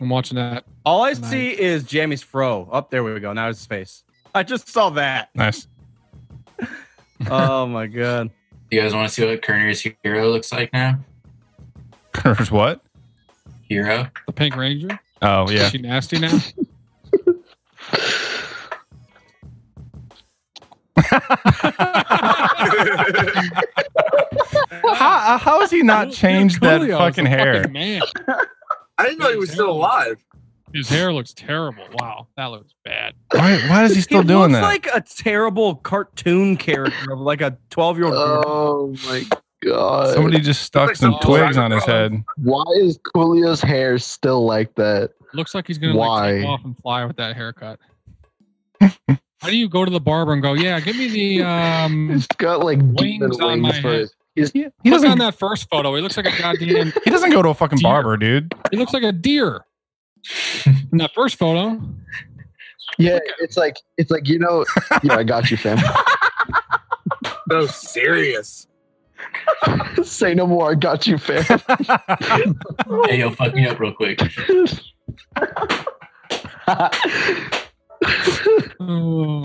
Speaker 10: I'm watching that.
Speaker 1: All I
Speaker 10: Nice.
Speaker 1: see is Jamie's fro. Up there we go. Now it's his face. I just saw that.
Speaker 9: Nice.
Speaker 1: Oh my god.
Speaker 12: You guys want to see what Kerner's hero looks like now?
Speaker 9: Curse what?
Speaker 12: Hero.
Speaker 10: The Pink Ranger.
Speaker 9: Oh yeah.
Speaker 10: Is she nasty now?
Speaker 9: how, uh, how has he not changed that
Speaker 10: Coolio's
Speaker 9: uh, fucking
Speaker 10: a
Speaker 9: hair?
Speaker 10: man.
Speaker 8: I didn't know he was still alive.
Speaker 10: His hair looks terrible. Wow, that looks bad.
Speaker 9: Why, why is he still
Speaker 1: he
Speaker 9: doing
Speaker 1: looks
Speaker 9: that?
Speaker 1: like a terrible cartoon character of like a 12 year old
Speaker 7: Oh my god.
Speaker 9: Somebody just stuck some twigs on his head.
Speaker 7: Why is Coolio's hair still like that?
Speaker 10: Looks like he's gonna
Speaker 7: Why?
Speaker 10: like take off and fly with that haircut. Why do you go to the barber and go, yeah, give me the um,
Speaker 7: He's got like demon
Speaker 10: wings on my
Speaker 7: wings for
Speaker 10: head?
Speaker 7: his. He's,
Speaker 9: He, he
Speaker 10: Look
Speaker 9: doesn't.
Speaker 10: on that first photo. He looks like a goddamn.
Speaker 9: He doesn't go to a fucking barber, dude.
Speaker 10: He looks like a deer. In that first photo,
Speaker 7: yeah, it's like it's like you know, yeah, I got you, fam.
Speaker 8: So serious.
Speaker 7: Say no more, I got you, fam.
Speaker 12: Hey, yo, fuck me up real quick.
Speaker 10: oh,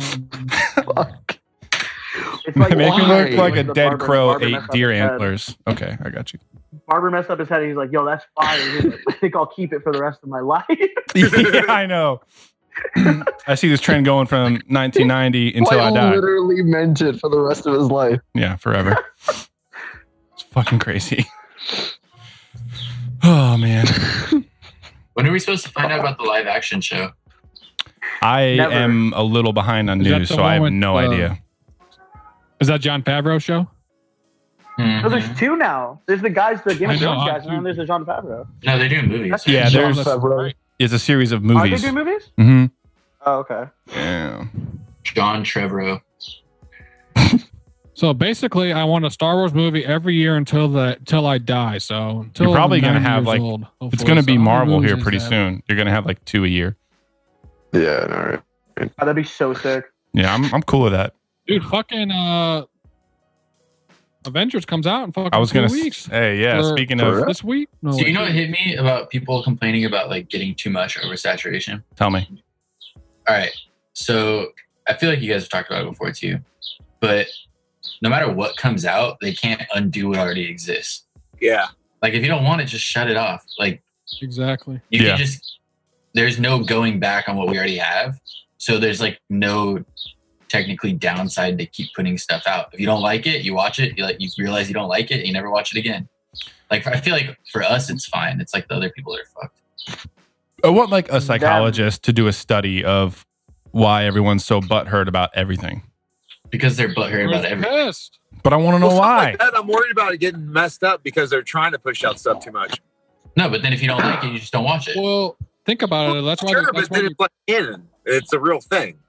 Speaker 3: It's
Speaker 9: Make him
Speaker 7: why?
Speaker 9: look like a
Speaker 3: The
Speaker 9: dead
Speaker 3: barber-
Speaker 9: crow
Speaker 3: barber
Speaker 9: ate
Speaker 3: messed up
Speaker 9: deer
Speaker 3: his head.
Speaker 9: antlers. Okay, I got you.
Speaker 3: Barber messed up his head. and He's like, "Yo, that's fire. He's like, I think I'll keep it for the rest of my life."
Speaker 9: yeah, I know. I see this trend going from 1990 until I
Speaker 7: Like,
Speaker 9: die.
Speaker 7: literally meant it for the rest of his life.
Speaker 9: Yeah, forever. it's fucking crazy. Oh man,
Speaker 12: When are we supposed to find out about the live action show?
Speaker 9: I
Speaker 3: Never.
Speaker 9: am a little behind on
Speaker 10: Is that
Speaker 9: news,
Speaker 10: the
Speaker 9: so I
Speaker 10: one
Speaker 9: have
Speaker 10: with,
Speaker 9: no
Speaker 10: uh,
Speaker 9: idea.
Speaker 10: is that John Favreau show?
Speaker 3: No,
Speaker 9: Mm-hmm.
Speaker 3: there's two now. There's the guys, the Game
Speaker 10: I
Speaker 3: of
Speaker 10: know,
Speaker 3: Thrones
Speaker 10: I-
Speaker 3: guys, and then there's the John Favreau.
Speaker 12: No, they're doing movies.
Speaker 3: That's-
Speaker 9: Yeah,
Speaker 10: John
Speaker 9: there's
Speaker 10: Favreau.
Speaker 9: is a series of
Speaker 3: Are they
Speaker 9: movies.
Speaker 3: doing movies?
Speaker 9: Mm-hmm.
Speaker 3: Oh, okay.
Speaker 9: Yeah.
Speaker 12: John Trevorrow.
Speaker 10: So basically, I want a Star Wars movie every year until the till I die. So until
Speaker 9: You're probably gonna
Speaker 10: I'm 90
Speaker 9: have,
Speaker 10: years
Speaker 9: like-
Speaker 10: old,
Speaker 9: It's
Speaker 10: hopefully.
Speaker 9: gonna
Speaker 10: So
Speaker 9: be
Speaker 10: how many
Speaker 9: Marvel
Speaker 10: movies
Speaker 9: here
Speaker 10: is
Speaker 9: pretty
Speaker 10: that?
Speaker 9: soon. You're gonna have like two a year.
Speaker 7: Yeah, all right.
Speaker 3: Oh, that'd be so sick.
Speaker 9: Yeah, I'm I'm cool with that.
Speaker 10: dude. Fucking uh, Avengers comes out in fucking
Speaker 9: I was gonna
Speaker 10: two
Speaker 9: s-
Speaker 10: weeks.
Speaker 9: hey yeah.
Speaker 10: Or-
Speaker 9: Speaking
Speaker 7: For
Speaker 9: of,
Speaker 7: real?
Speaker 10: This week? No,
Speaker 12: So
Speaker 10: wait.
Speaker 12: you know what hit me about people complaining about like getting too much oversaturation?
Speaker 9: tell me.
Speaker 12: All right. So I feel like you guys have talked about it before too, but no matter what comes out, they can't undo what already exists.
Speaker 8: Yeah.
Speaker 12: Like if you don't want it, just shut it off. Like
Speaker 10: exactly.
Speaker 12: you
Speaker 9: Yeah.
Speaker 12: can just there's no going back on what we already have. So there's like no technically downside to keep putting stuff out. If you don't like it, you watch it, you like you realize you don't like it, and you never watch it again. Like I feel like for us it's fine. It's like the other people that are fucked.
Speaker 9: I want Oh, like a psychologist to do a study of why everyone's so butthurt about everything.
Speaker 12: Because they're butthurt about
Speaker 10: Everyone's
Speaker 12: everything.
Speaker 10: pissed.
Speaker 9: But I want to know
Speaker 8: Well, stuff
Speaker 9: why.
Speaker 8: Like that, I'm worried about it getting messed up because they're trying to push out stuff too much.
Speaker 12: No, but then if you don't like it, you just don't watch it.
Speaker 10: Well, think about it. That's why.
Speaker 8: sure,
Speaker 10: that's
Speaker 8: but
Speaker 10: why
Speaker 8: then it's like canon. It's a real thing.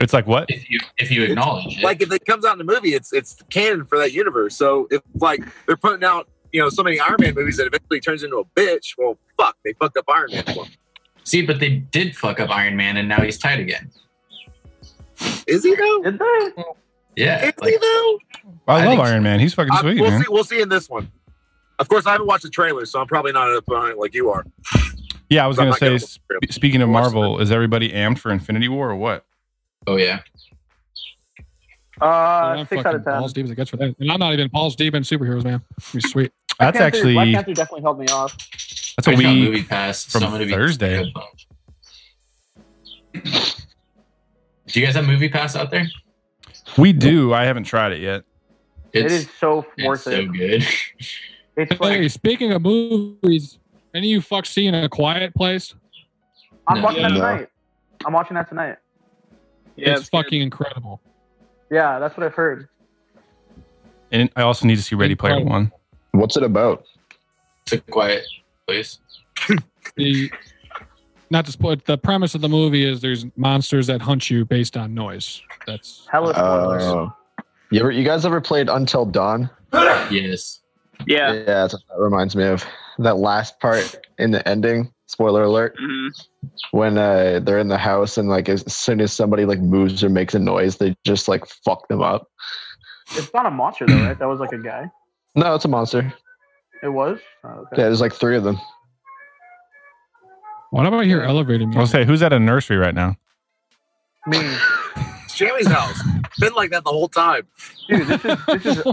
Speaker 9: It's like what?
Speaker 12: If you if you acknowledge it.
Speaker 8: Like if it comes out in the movie, it's it's canon for that universe. So if like they're putting out you know so many Iron Man movies that eventually turns into a bitch, well fuck, they fucked up Iron Man. for him.
Speaker 12: See, but they did fuck up Iron Man, and now he's tied again.
Speaker 8: Is he though?
Speaker 3: Did they? Uh,
Speaker 12: Yeah,
Speaker 8: Is he
Speaker 12: like,
Speaker 8: though?
Speaker 9: I,
Speaker 12: I
Speaker 9: love
Speaker 12: think-
Speaker 9: Iron Man. He's fucking
Speaker 8: I-
Speaker 9: sweet,
Speaker 8: we'll
Speaker 9: man.
Speaker 8: see. We'll see in this one. Of course, I haven't watched the trailer, so I'm probably not up on it like you are.
Speaker 9: Yeah, I was
Speaker 8: I'm
Speaker 9: gonna
Speaker 8: not gonna
Speaker 9: say.
Speaker 8: watch the
Speaker 9: sp- Speaking of
Speaker 8: Watch
Speaker 9: Marvel, is everybody amped for Infinity War or what?
Speaker 12: oh yeah,
Speaker 3: Uh,
Speaker 10: I'm
Speaker 3: six
Speaker 10: fucking
Speaker 3: out of ten.
Speaker 10: Paul's deep as it gets for that. And I'm not even Paul's deep in superheroes, man. Be sweet.
Speaker 9: That's
Speaker 3: Black Panther-
Speaker 9: actually
Speaker 3: Black Panther definitely held me off.
Speaker 9: that's a
Speaker 12: I just got
Speaker 9: week.
Speaker 12: movie pass,
Speaker 9: from
Speaker 12: so I'm gonna be
Speaker 9: Thursday.
Speaker 12: Do you guys have movie pass out there?
Speaker 9: We do. I haven't tried it yet.
Speaker 3: It's,
Speaker 12: It's,
Speaker 3: so
Speaker 12: it's
Speaker 3: worth
Speaker 12: so
Speaker 3: it.
Speaker 12: good.
Speaker 3: It's
Speaker 10: Hey,
Speaker 3: like
Speaker 10: speaking of movies, any of you fucks seen a quiet place?
Speaker 3: I'm
Speaker 12: No.
Speaker 3: watching that
Speaker 7: No.
Speaker 3: tonight. I'm watching that tonight.
Speaker 11: Yeah,
Speaker 10: it's fucking incredible.
Speaker 3: Yeah, that's what I've heard.
Speaker 9: And I also need to see Ready Player
Speaker 10: Incredible.
Speaker 9: One.
Speaker 7: What's it about?
Speaker 12: It's a quiet place.
Speaker 10: The not to spoil the premise of the movie is there's monsters that hunt you based on noise. That's
Speaker 3: Hella
Speaker 10: Uh,
Speaker 3: spoilers.
Speaker 7: Oh. you ever, you guys ever played Until Dawn?
Speaker 12: Yes.
Speaker 11: Yeah.
Speaker 7: Yeah, that's what that reminds me of that last part in the ending. Spoiler alert.
Speaker 11: hmm
Speaker 7: When uh, they're in the house and like as soon as somebody like moves or makes a noise, they just like fuck them up.
Speaker 3: It's not a monster though, right? That was like a guy.
Speaker 7: No, Oh, it's a monster.
Speaker 3: It was. Oh, okay.
Speaker 7: Yeah, there's like three of them.
Speaker 10: why do I hear elevator music?
Speaker 9: I'll say, who's at a nursery right now?
Speaker 3: Me,
Speaker 8: It's Jamie's house. Been like that the whole time.
Speaker 3: dude. This is this is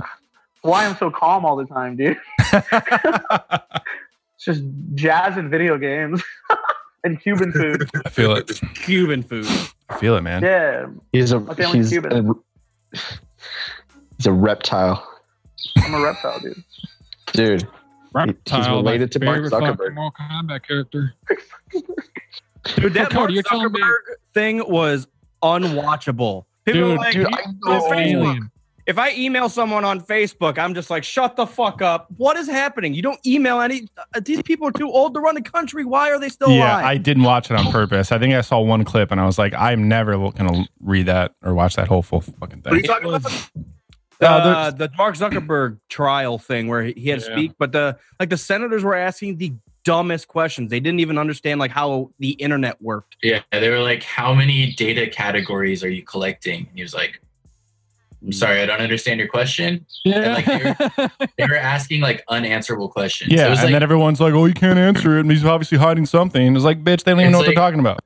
Speaker 3: why I'm so calm all the time, dude. It's just jazz and video games and Cuban food.
Speaker 9: I feel it.
Speaker 1: Cuban food.
Speaker 9: I feel it, man.
Speaker 3: Yeah,
Speaker 7: He's a
Speaker 3: My family's
Speaker 7: he's a,
Speaker 3: Cuban.
Speaker 7: he's a reptile,
Speaker 3: I'm a reptile, dude.
Speaker 7: dude.
Speaker 10: Reptile, my
Speaker 7: related to Mark
Speaker 10: favorite fucking
Speaker 7: Zuckerberg.
Speaker 10: Mortal Kombat character.
Speaker 1: Dude, that
Speaker 10: Cody,
Speaker 1: Mark
Speaker 10: you're telling me-
Speaker 1: Zuckerberg thing was unwatchable. People
Speaker 10: Dude,
Speaker 1: are like,
Speaker 10: dude, oh.
Speaker 1: "You-
Speaker 10: I
Speaker 1: on
Speaker 10: know.
Speaker 1: Facebook.
Speaker 10: Alien.
Speaker 1: If I email someone on Facebook, I'm just like, shut the fuck up. What is happening? You don't email any. uh, These people are too old to run the country. Why are they still
Speaker 9: yeah,
Speaker 1: alive?
Speaker 9: I didn't watch it on purpose. I think I saw one clip and I was like, I'm never going to read that or watch that whole full fucking
Speaker 8: What are you
Speaker 9: thing.
Speaker 8: talking about?
Speaker 1: the,
Speaker 9: Uh, there's-
Speaker 1: the Mark Zuckerberg trial thing where he, he had to
Speaker 10: Yeah.
Speaker 1: speak, but the like the senators were asking the dumbest questions. They didn't even understand like how the internet worked.
Speaker 12: Yeah, they were like, "How many data categories are you collecting?" And he was like, "I'm sorry, I don't understand your question."
Speaker 10: Yeah.
Speaker 12: like, They were asking like unanswerable questions.
Speaker 9: Yeah,
Speaker 12: it was
Speaker 9: and
Speaker 12: like
Speaker 9: then everyone's like, "Oh, you can't answer it," and he's obviously hiding something. It's like, bitch, they don't even
Speaker 12: It's
Speaker 9: know what
Speaker 12: like-
Speaker 9: they're talking about.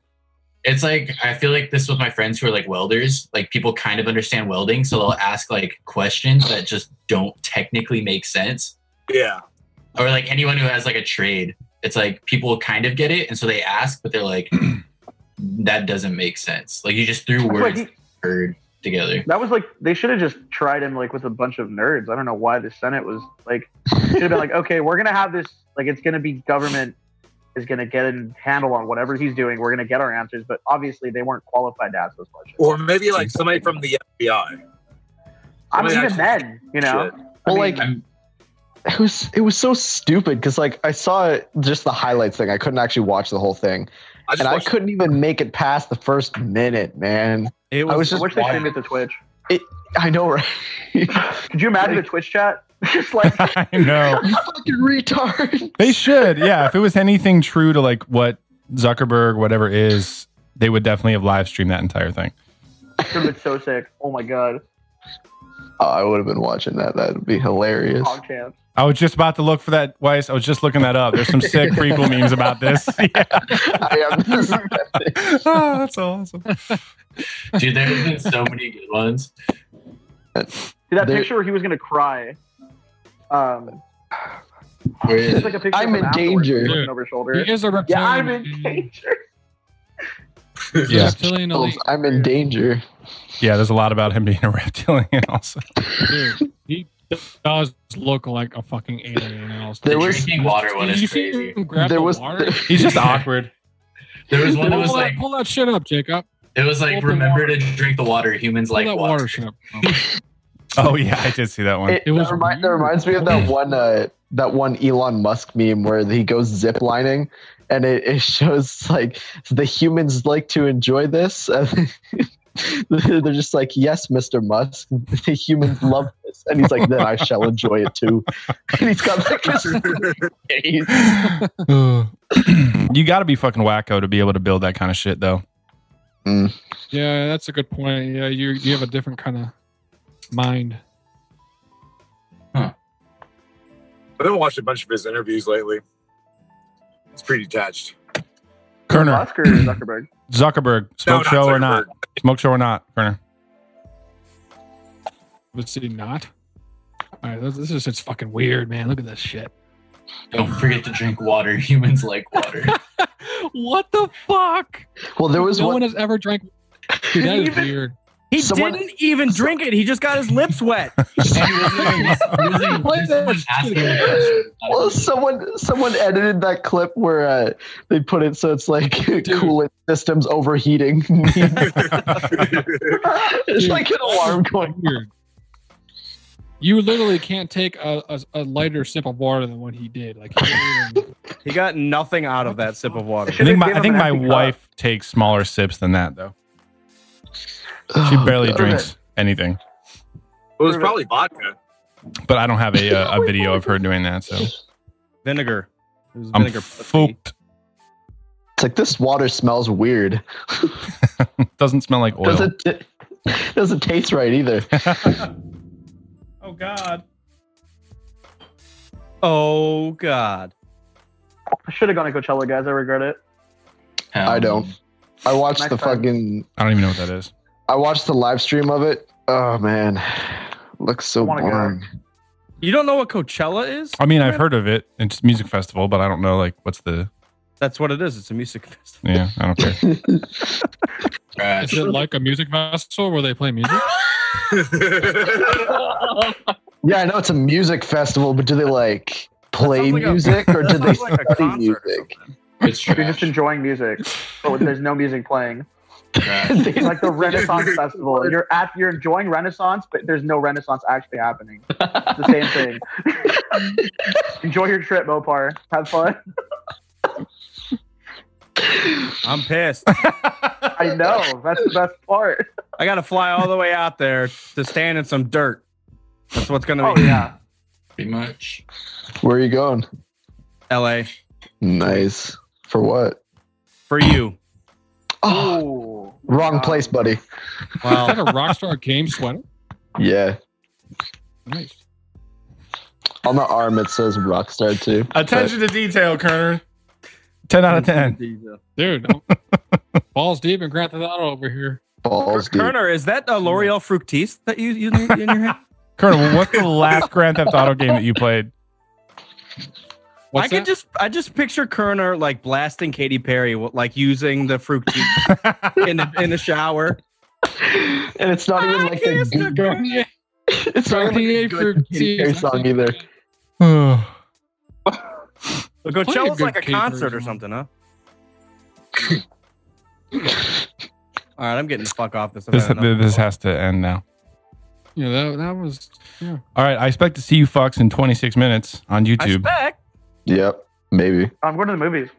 Speaker 12: it's like I feel like this with my friends who are like welders. Like people kind of understand welding, so they'll ask like questions that just don't technically make sense.
Speaker 8: Yeah.
Speaker 12: Or like anyone who has like a trade, it's like people kind of get it, and so they ask, but they're like, "That doesn't make sense." Like you just threw
Speaker 3: That's
Speaker 12: words
Speaker 3: like-
Speaker 12: heard together.
Speaker 3: That was like they should have just tried him like with a bunch of nerds. I don't know why the Senate was like should have been like, okay, we're gonna have this like it's gonna be government is gonna get a handle on whatever he's doing. We're gonna get our answers, but obviously they weren't qualified to ask those questions.
Speaker 8: Or maybe like somebody from the FBI.
Speaker 3: I mean,
Speaker 8: Somebody
Speaker 3: even then, you know,
Speaker 8: Shit.
Speaker 3: I
Speaker 7: Well,
Speaker 3: mean,
Speaker 7: like it was it was so stupid because like I saw it, just the highlights thing. I couldn't actually watch the whole thing,
Speaker 8: I just
Speaker 7: and I
Speaker 8: watched-
Speaker 7: couldn't even make it past the first minute. Man,
Speaker 1: It
Speaker 7: I was
Speaker 1: was,
Speaker 3: I
Speaker 7: just
Speaker 3: wish they streamed it to Twitch.
Speaker 7: I know right. you
Speaker 3: Could you imagine the Twitch chat? just like
Speaker 9: I know
Speaker 7: fucking retard.
Speaker 9: they should. Yeah, if it was anything true to like what Zuckerberg, whatever is, they would definitely have live streamed that entire thing.
Speaker 3: should have been so sick. Oh my god,
Speaker 7: Oh, I would have been watching that. That'd be hilarious.
Speaker 3: hog champs.
Speaker 9: I was just about to look for that, Weiss. I was just looking that up. There's some sick prequel memes about this. Yeah.
Speaker 7: I am-
Speaker 9: oh, that's awesome.
Speaker 12: Dude, there have been so many good ones.
Speaker 3: See that
Speaker 7: There-
Speaker 3: picture where he was gonna cry. Um,
Speaker 12: Where is
Speaker 3: it's
Speaker 12: it?
Speaker 3: like a picture.
Speaker 7: I'm
Speaker 3: of him
Speaker 7: in
Speaker 3: afterwards,
Speaker 7: danger.
Speaker 3: he's looking over his shoulder.
Speaker 10: He is a reptilian.
Speaker 3: Yeah, I'm in danger.
Speaker 9: Yeah.
Speaker 10: Reptilian elite.
Speaker 7: I'm in danger.
Speaker 9: Yeah, there's a lot about him being a reptilian. Also,
Speaker 10: Dude, he does look like a fucking alien. and all this
Speaker 7: There
Speaker 12: the
Speaker 7: was-
Speaker 12: drinking water one
Speaker 10: Did
Speaker 12: is
Speaker 10: you see
Speaker 12: crazy.
Speaker 10: him grab
Speaker 7: There
Speaker 10: the
Speaker 7: was-
Speaker 10: water?
Speaker 9: he's just awkward.
Speaker 12: There was one that
Speaker 10: pull,
Speaker 12: was
Speaker 10: that,
Speaker 12: like,
Speaker 10: pull that shit up, Jacob.
Speaker 12: it was
Speaker 10: pull
Speaker 12: like,
Speaker 10: the
Speaker 12: remember
Speaker 10: water.
Speaker 12: to drink the water. Humans
Speaker 10: Pull
Speaker 12: like
Speaker 10: that
Speaker 12: water.
Speaker 10: water shit up.
Speaker 9: Oh yeah, I did see that one.
Speaker 7: It,
Speaker 10: It was
Speaker 7: that, remind, that
Speaker 10: weird.
Speaker 7: reminds me of that one uh, that one Elon Musk meme where he goes ziplining, and it, it shows like the humans like to enjoy this. and They're just like, yes, Mr. Musk, the humans love this, and he's like, then I shall enjoy it too. And he's got like his face.
Speaker 12: Uh.
Speaker 9: you got to be fucking wacko to be able to build that kind of shit, though.
Speaker 10: Yeah, that's a good point. Yeah, you you have a different kind of mind.
Speaker 8: I've been watching a bunch of his interviews lately. It's pretty detached.
Speaker 9: Kerner,
Speaker 3: Musk or Zuckerberg?
Speaker 9: Zuckerberg,
Speaker 8: No,
Speaker 9: smoke show or not, smoke show or not, Kerner.
Speaker 10: Let's see, not. All right, this, this is just fucking weird, man. Look at this shit.
Speaker 12: Don't forget to drink water. Humans like water.
Speaker 10: what the fuck?
Speaker 7: Well, there was
Speaker 10: no
Speaker 7: one.
Speaker 10: one has ever drank. Dude, that is
Speaker 1: Even-
Speaker 10: weird.
Speaker 1: he
Speaker 7: Someone-
Speaker 1: didn't even drink it. He just got his lips wet.
Speaker 12: And he wasn't even listening- he wasn't even
Speaker 7: Play
Speaker 12: listening
Speaker 7: that
Speaker 12: to asking the question.
Speaker 7: Well, someone someone edited that clip where uh, they put it so it's like coolant systems overheating. it's
Speaker 10: Dude,
Speaker 7: like an alarm going.
Speaker 10: Weird. You literally can't take a, a, a lighter sip of water than what he did. Like, he didn't even-
Speaker 1: He got nothing out of that sip of water.
Speaker 9: I think my,
Speaker 3: Give
Speaker 9: I
Speaker 3: him
Speaker 9: think
Speaker 3: an
Speaker 9: my
Speaker 3: empty cup.
Speaker 9: wife takes smaller sips than that, though. She
Speaker 7: Oh,
Speaker 9: barely
Speaker 7: God.
Speaker 9: drinks anything,
Speaker 8: It was probably vodka.
Speaker 9: but I don't have a, uh, a video of her doing that, so
Speaker 1: Vinegar. It was
Speaker 9: I'm
Speaker 1: vinegar.
Speaker 9: fucked.
Speaker 7: It's like this water smells weird.
Speaker 9: Doesn't smell like oil.
Speaker 7: Doesn't doesn't taste right either.
Speaker 9: oh God.
Speaker 1: Oh God.
Speaker 3: I should have gone to Coachella, guys. I regret it.
Speaker 12: Um,
Speaker 7: I don't. I watched
Speaker 3: Next
Speaker 7: the
Speaker 3: time.
Speaker 7: fucking.
Speaker 9: I don't even know what that is.
Speaker 7: I watched the live stream of it. Oh man, looks so
Speaker 3: Wanna go.
Speaker 7: boring.
Speaker 1: You don't know what Coachella is?
Speaker 9: I mean, I've heard of it. It's a music festival, but I don't know like what's the
Speaker 1: That's what it is. It's a music festival.
Speaker 9: yeah. I don't care.
Speaker 12: Uh,
Speaker 10: is it like a music festival where they play music?
Speaker 7: Yeah, I know it's a music festival, but do they like play
Speaker 3: like a-
Speaker 7: music or
Speaker 3: that
Speaker 7: did they
Speaker 3: sounds like a
Speaker 7: study
Speaker 3: concert or
Speaker 7: music?
Speaker 12: It's
Speaker 3: You're just enjoying music, but there's no music playing. It's like the Renaissance Festival. You're at you're enjoying Renaissance, but there's no Renaissance actually happening. It's the same thing. Enjoy your trip, Mopar. Have fun.
Speaker 1: I'm pissed.
Speaker 3: I know. That's the best part.
Speaker 1: I got to fly all the way out there to stand in some dirt. That's what's going to
Speaker 3: Oh
Speaker 1: be.
Speaker 3: yeah.
Speaker 12: Pretty much.
Speaker 7: Where are you going?
Speaker 1: LA
Speaker 7: Nice. For what?
Speaker 1: for you.
Speaker 7: Oh,
Speaker 3: Ooh. Uh,
Speaker 7: wrong place, buddy.
Speaker 10: Is that
Speaker 1: Well,
Speaker 10: a Rockstar game sweater?
Speaker 7: Yeah.
Speaker 10: Nice.
Speaker 7: On the arm it says Rockstar too. but-
Speaker 9: Attention to detail, Kerner. Ten out of ten.
Speaker 10: Dude, balls deep in Grand Theft Auto over here.
Speaker 7: balls deep.
Speaker 1: Kerner, is that a L'Oreal Fructis that you you in your hand?
Speaker 9: Kerner, what's the last Grand Theft Auto game that you played?
Speaker 1: I
Speaker 10: What's
Speaker 1: could
Speaker 10: that?
Speaker 1: just I just picture Kerner like blasting Katy Perry, wa- like using the Fructis in the in the shower.
Speaker 7: And it's not even like the
Speaker 1: kissed a
Speaker 7: good,
Speaker 1: girl.
Speaker 7: it's not even like a good Katy Perry song either.
Speaker 1: But
Speaker 10: Play a
Speaker 1: Coachella's
Speaker 10: good
Speaker 1: like a
Speaker 10: Katy Perry
Speaker 1: concert or
Speaker 10: song.
Speaker 1: something, huh? All right, I'm getting the fuck off this. I've
Speaker 9: This
Speaker 1: had enough.
Speaker 9: this has to end now.
Speaker 10: Yeah, that, that was. Yeah.
Speaker 9: All right, I expect to see you fucks in 26 minutes on
Speaker 1: I
Speaker 9: YouTube.
Speaker 1: expect.
Speaker 7: Yep. Maybe.
Speaker 3: I'm going to the movies.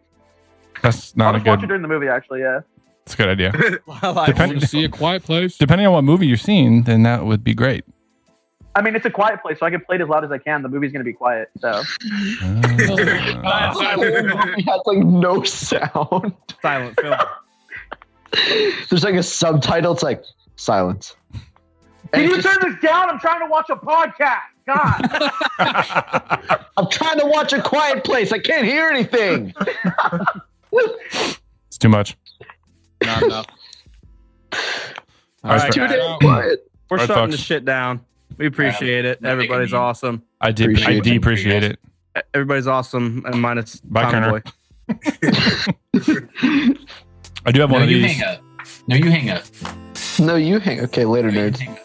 Speaker 9: That's
Speaker 3: I'll
Speaker 9: not a
Speaker 3: just watch it
Speaker 9: good.
Speaker 3: during the movie actually, yeah.
Speaker 9: It's a good idea.
Speaker 1: While I-
Speaker 10: Want to see a quiet place?
Speaker 9: Depending on what movie you're seeing, then that would be great.
Speaker 3: I mean it's a quiet place, so I can play it as loud as I can. The movie's gonna be quiet, so
Speaker 9: Uh,
Speaker 7: we had like no sound.
Speaker 1: silent film.
Speaker 7: There's like a subtitle. It's like silence. And
Speaker 3: Can you
Speaker 7: it's just-
Speaker 3: turn this down? I'm trying to watch a podcast. God.
Speaker 7: I'm trying to watch a quiet place. I can't hear anything.
Speaker 9: it's too much.
Speaker 1: Not enough.
Speaker 9: All right,
Speaker 1: All right,
Speaker 9: guys.
Speaker 1: guys.
Speaker 7: Quiet.
Speaker 1: We're
Speaker 9: Alright,
Speaker 1: shutting
Speaker 9: folks.
Speaker 1: this shit down. We appreciate it.
Speaker 12: Yeah,
Speaker 1: Everybody's
Speaker 12: I mean-
Speaker 1: awesome. E,
Speaker 9: I did. I
Speaker 7: Appreciate
Speaker 9: do
Speaker 7: it.
Speaker 9: appreciate it.
Speaker 1: Everybody's awesome, and minus
Speaker 9: Bye,
Speaker 1: Tommy
Speaker 9: Kerner.
Speaker 1: Boy.
Speaker 9: I do have
Speaker 12: No,
Speaker 9: one of
Speaker 12: you
Speaker 9: these.
Speaker 12: hang up. No, you hang up.
Speaker 7: No, you hang. Okay, later,
Speaker 12: No, you
Speaker 7: nerds.
Speaker 12: hang up.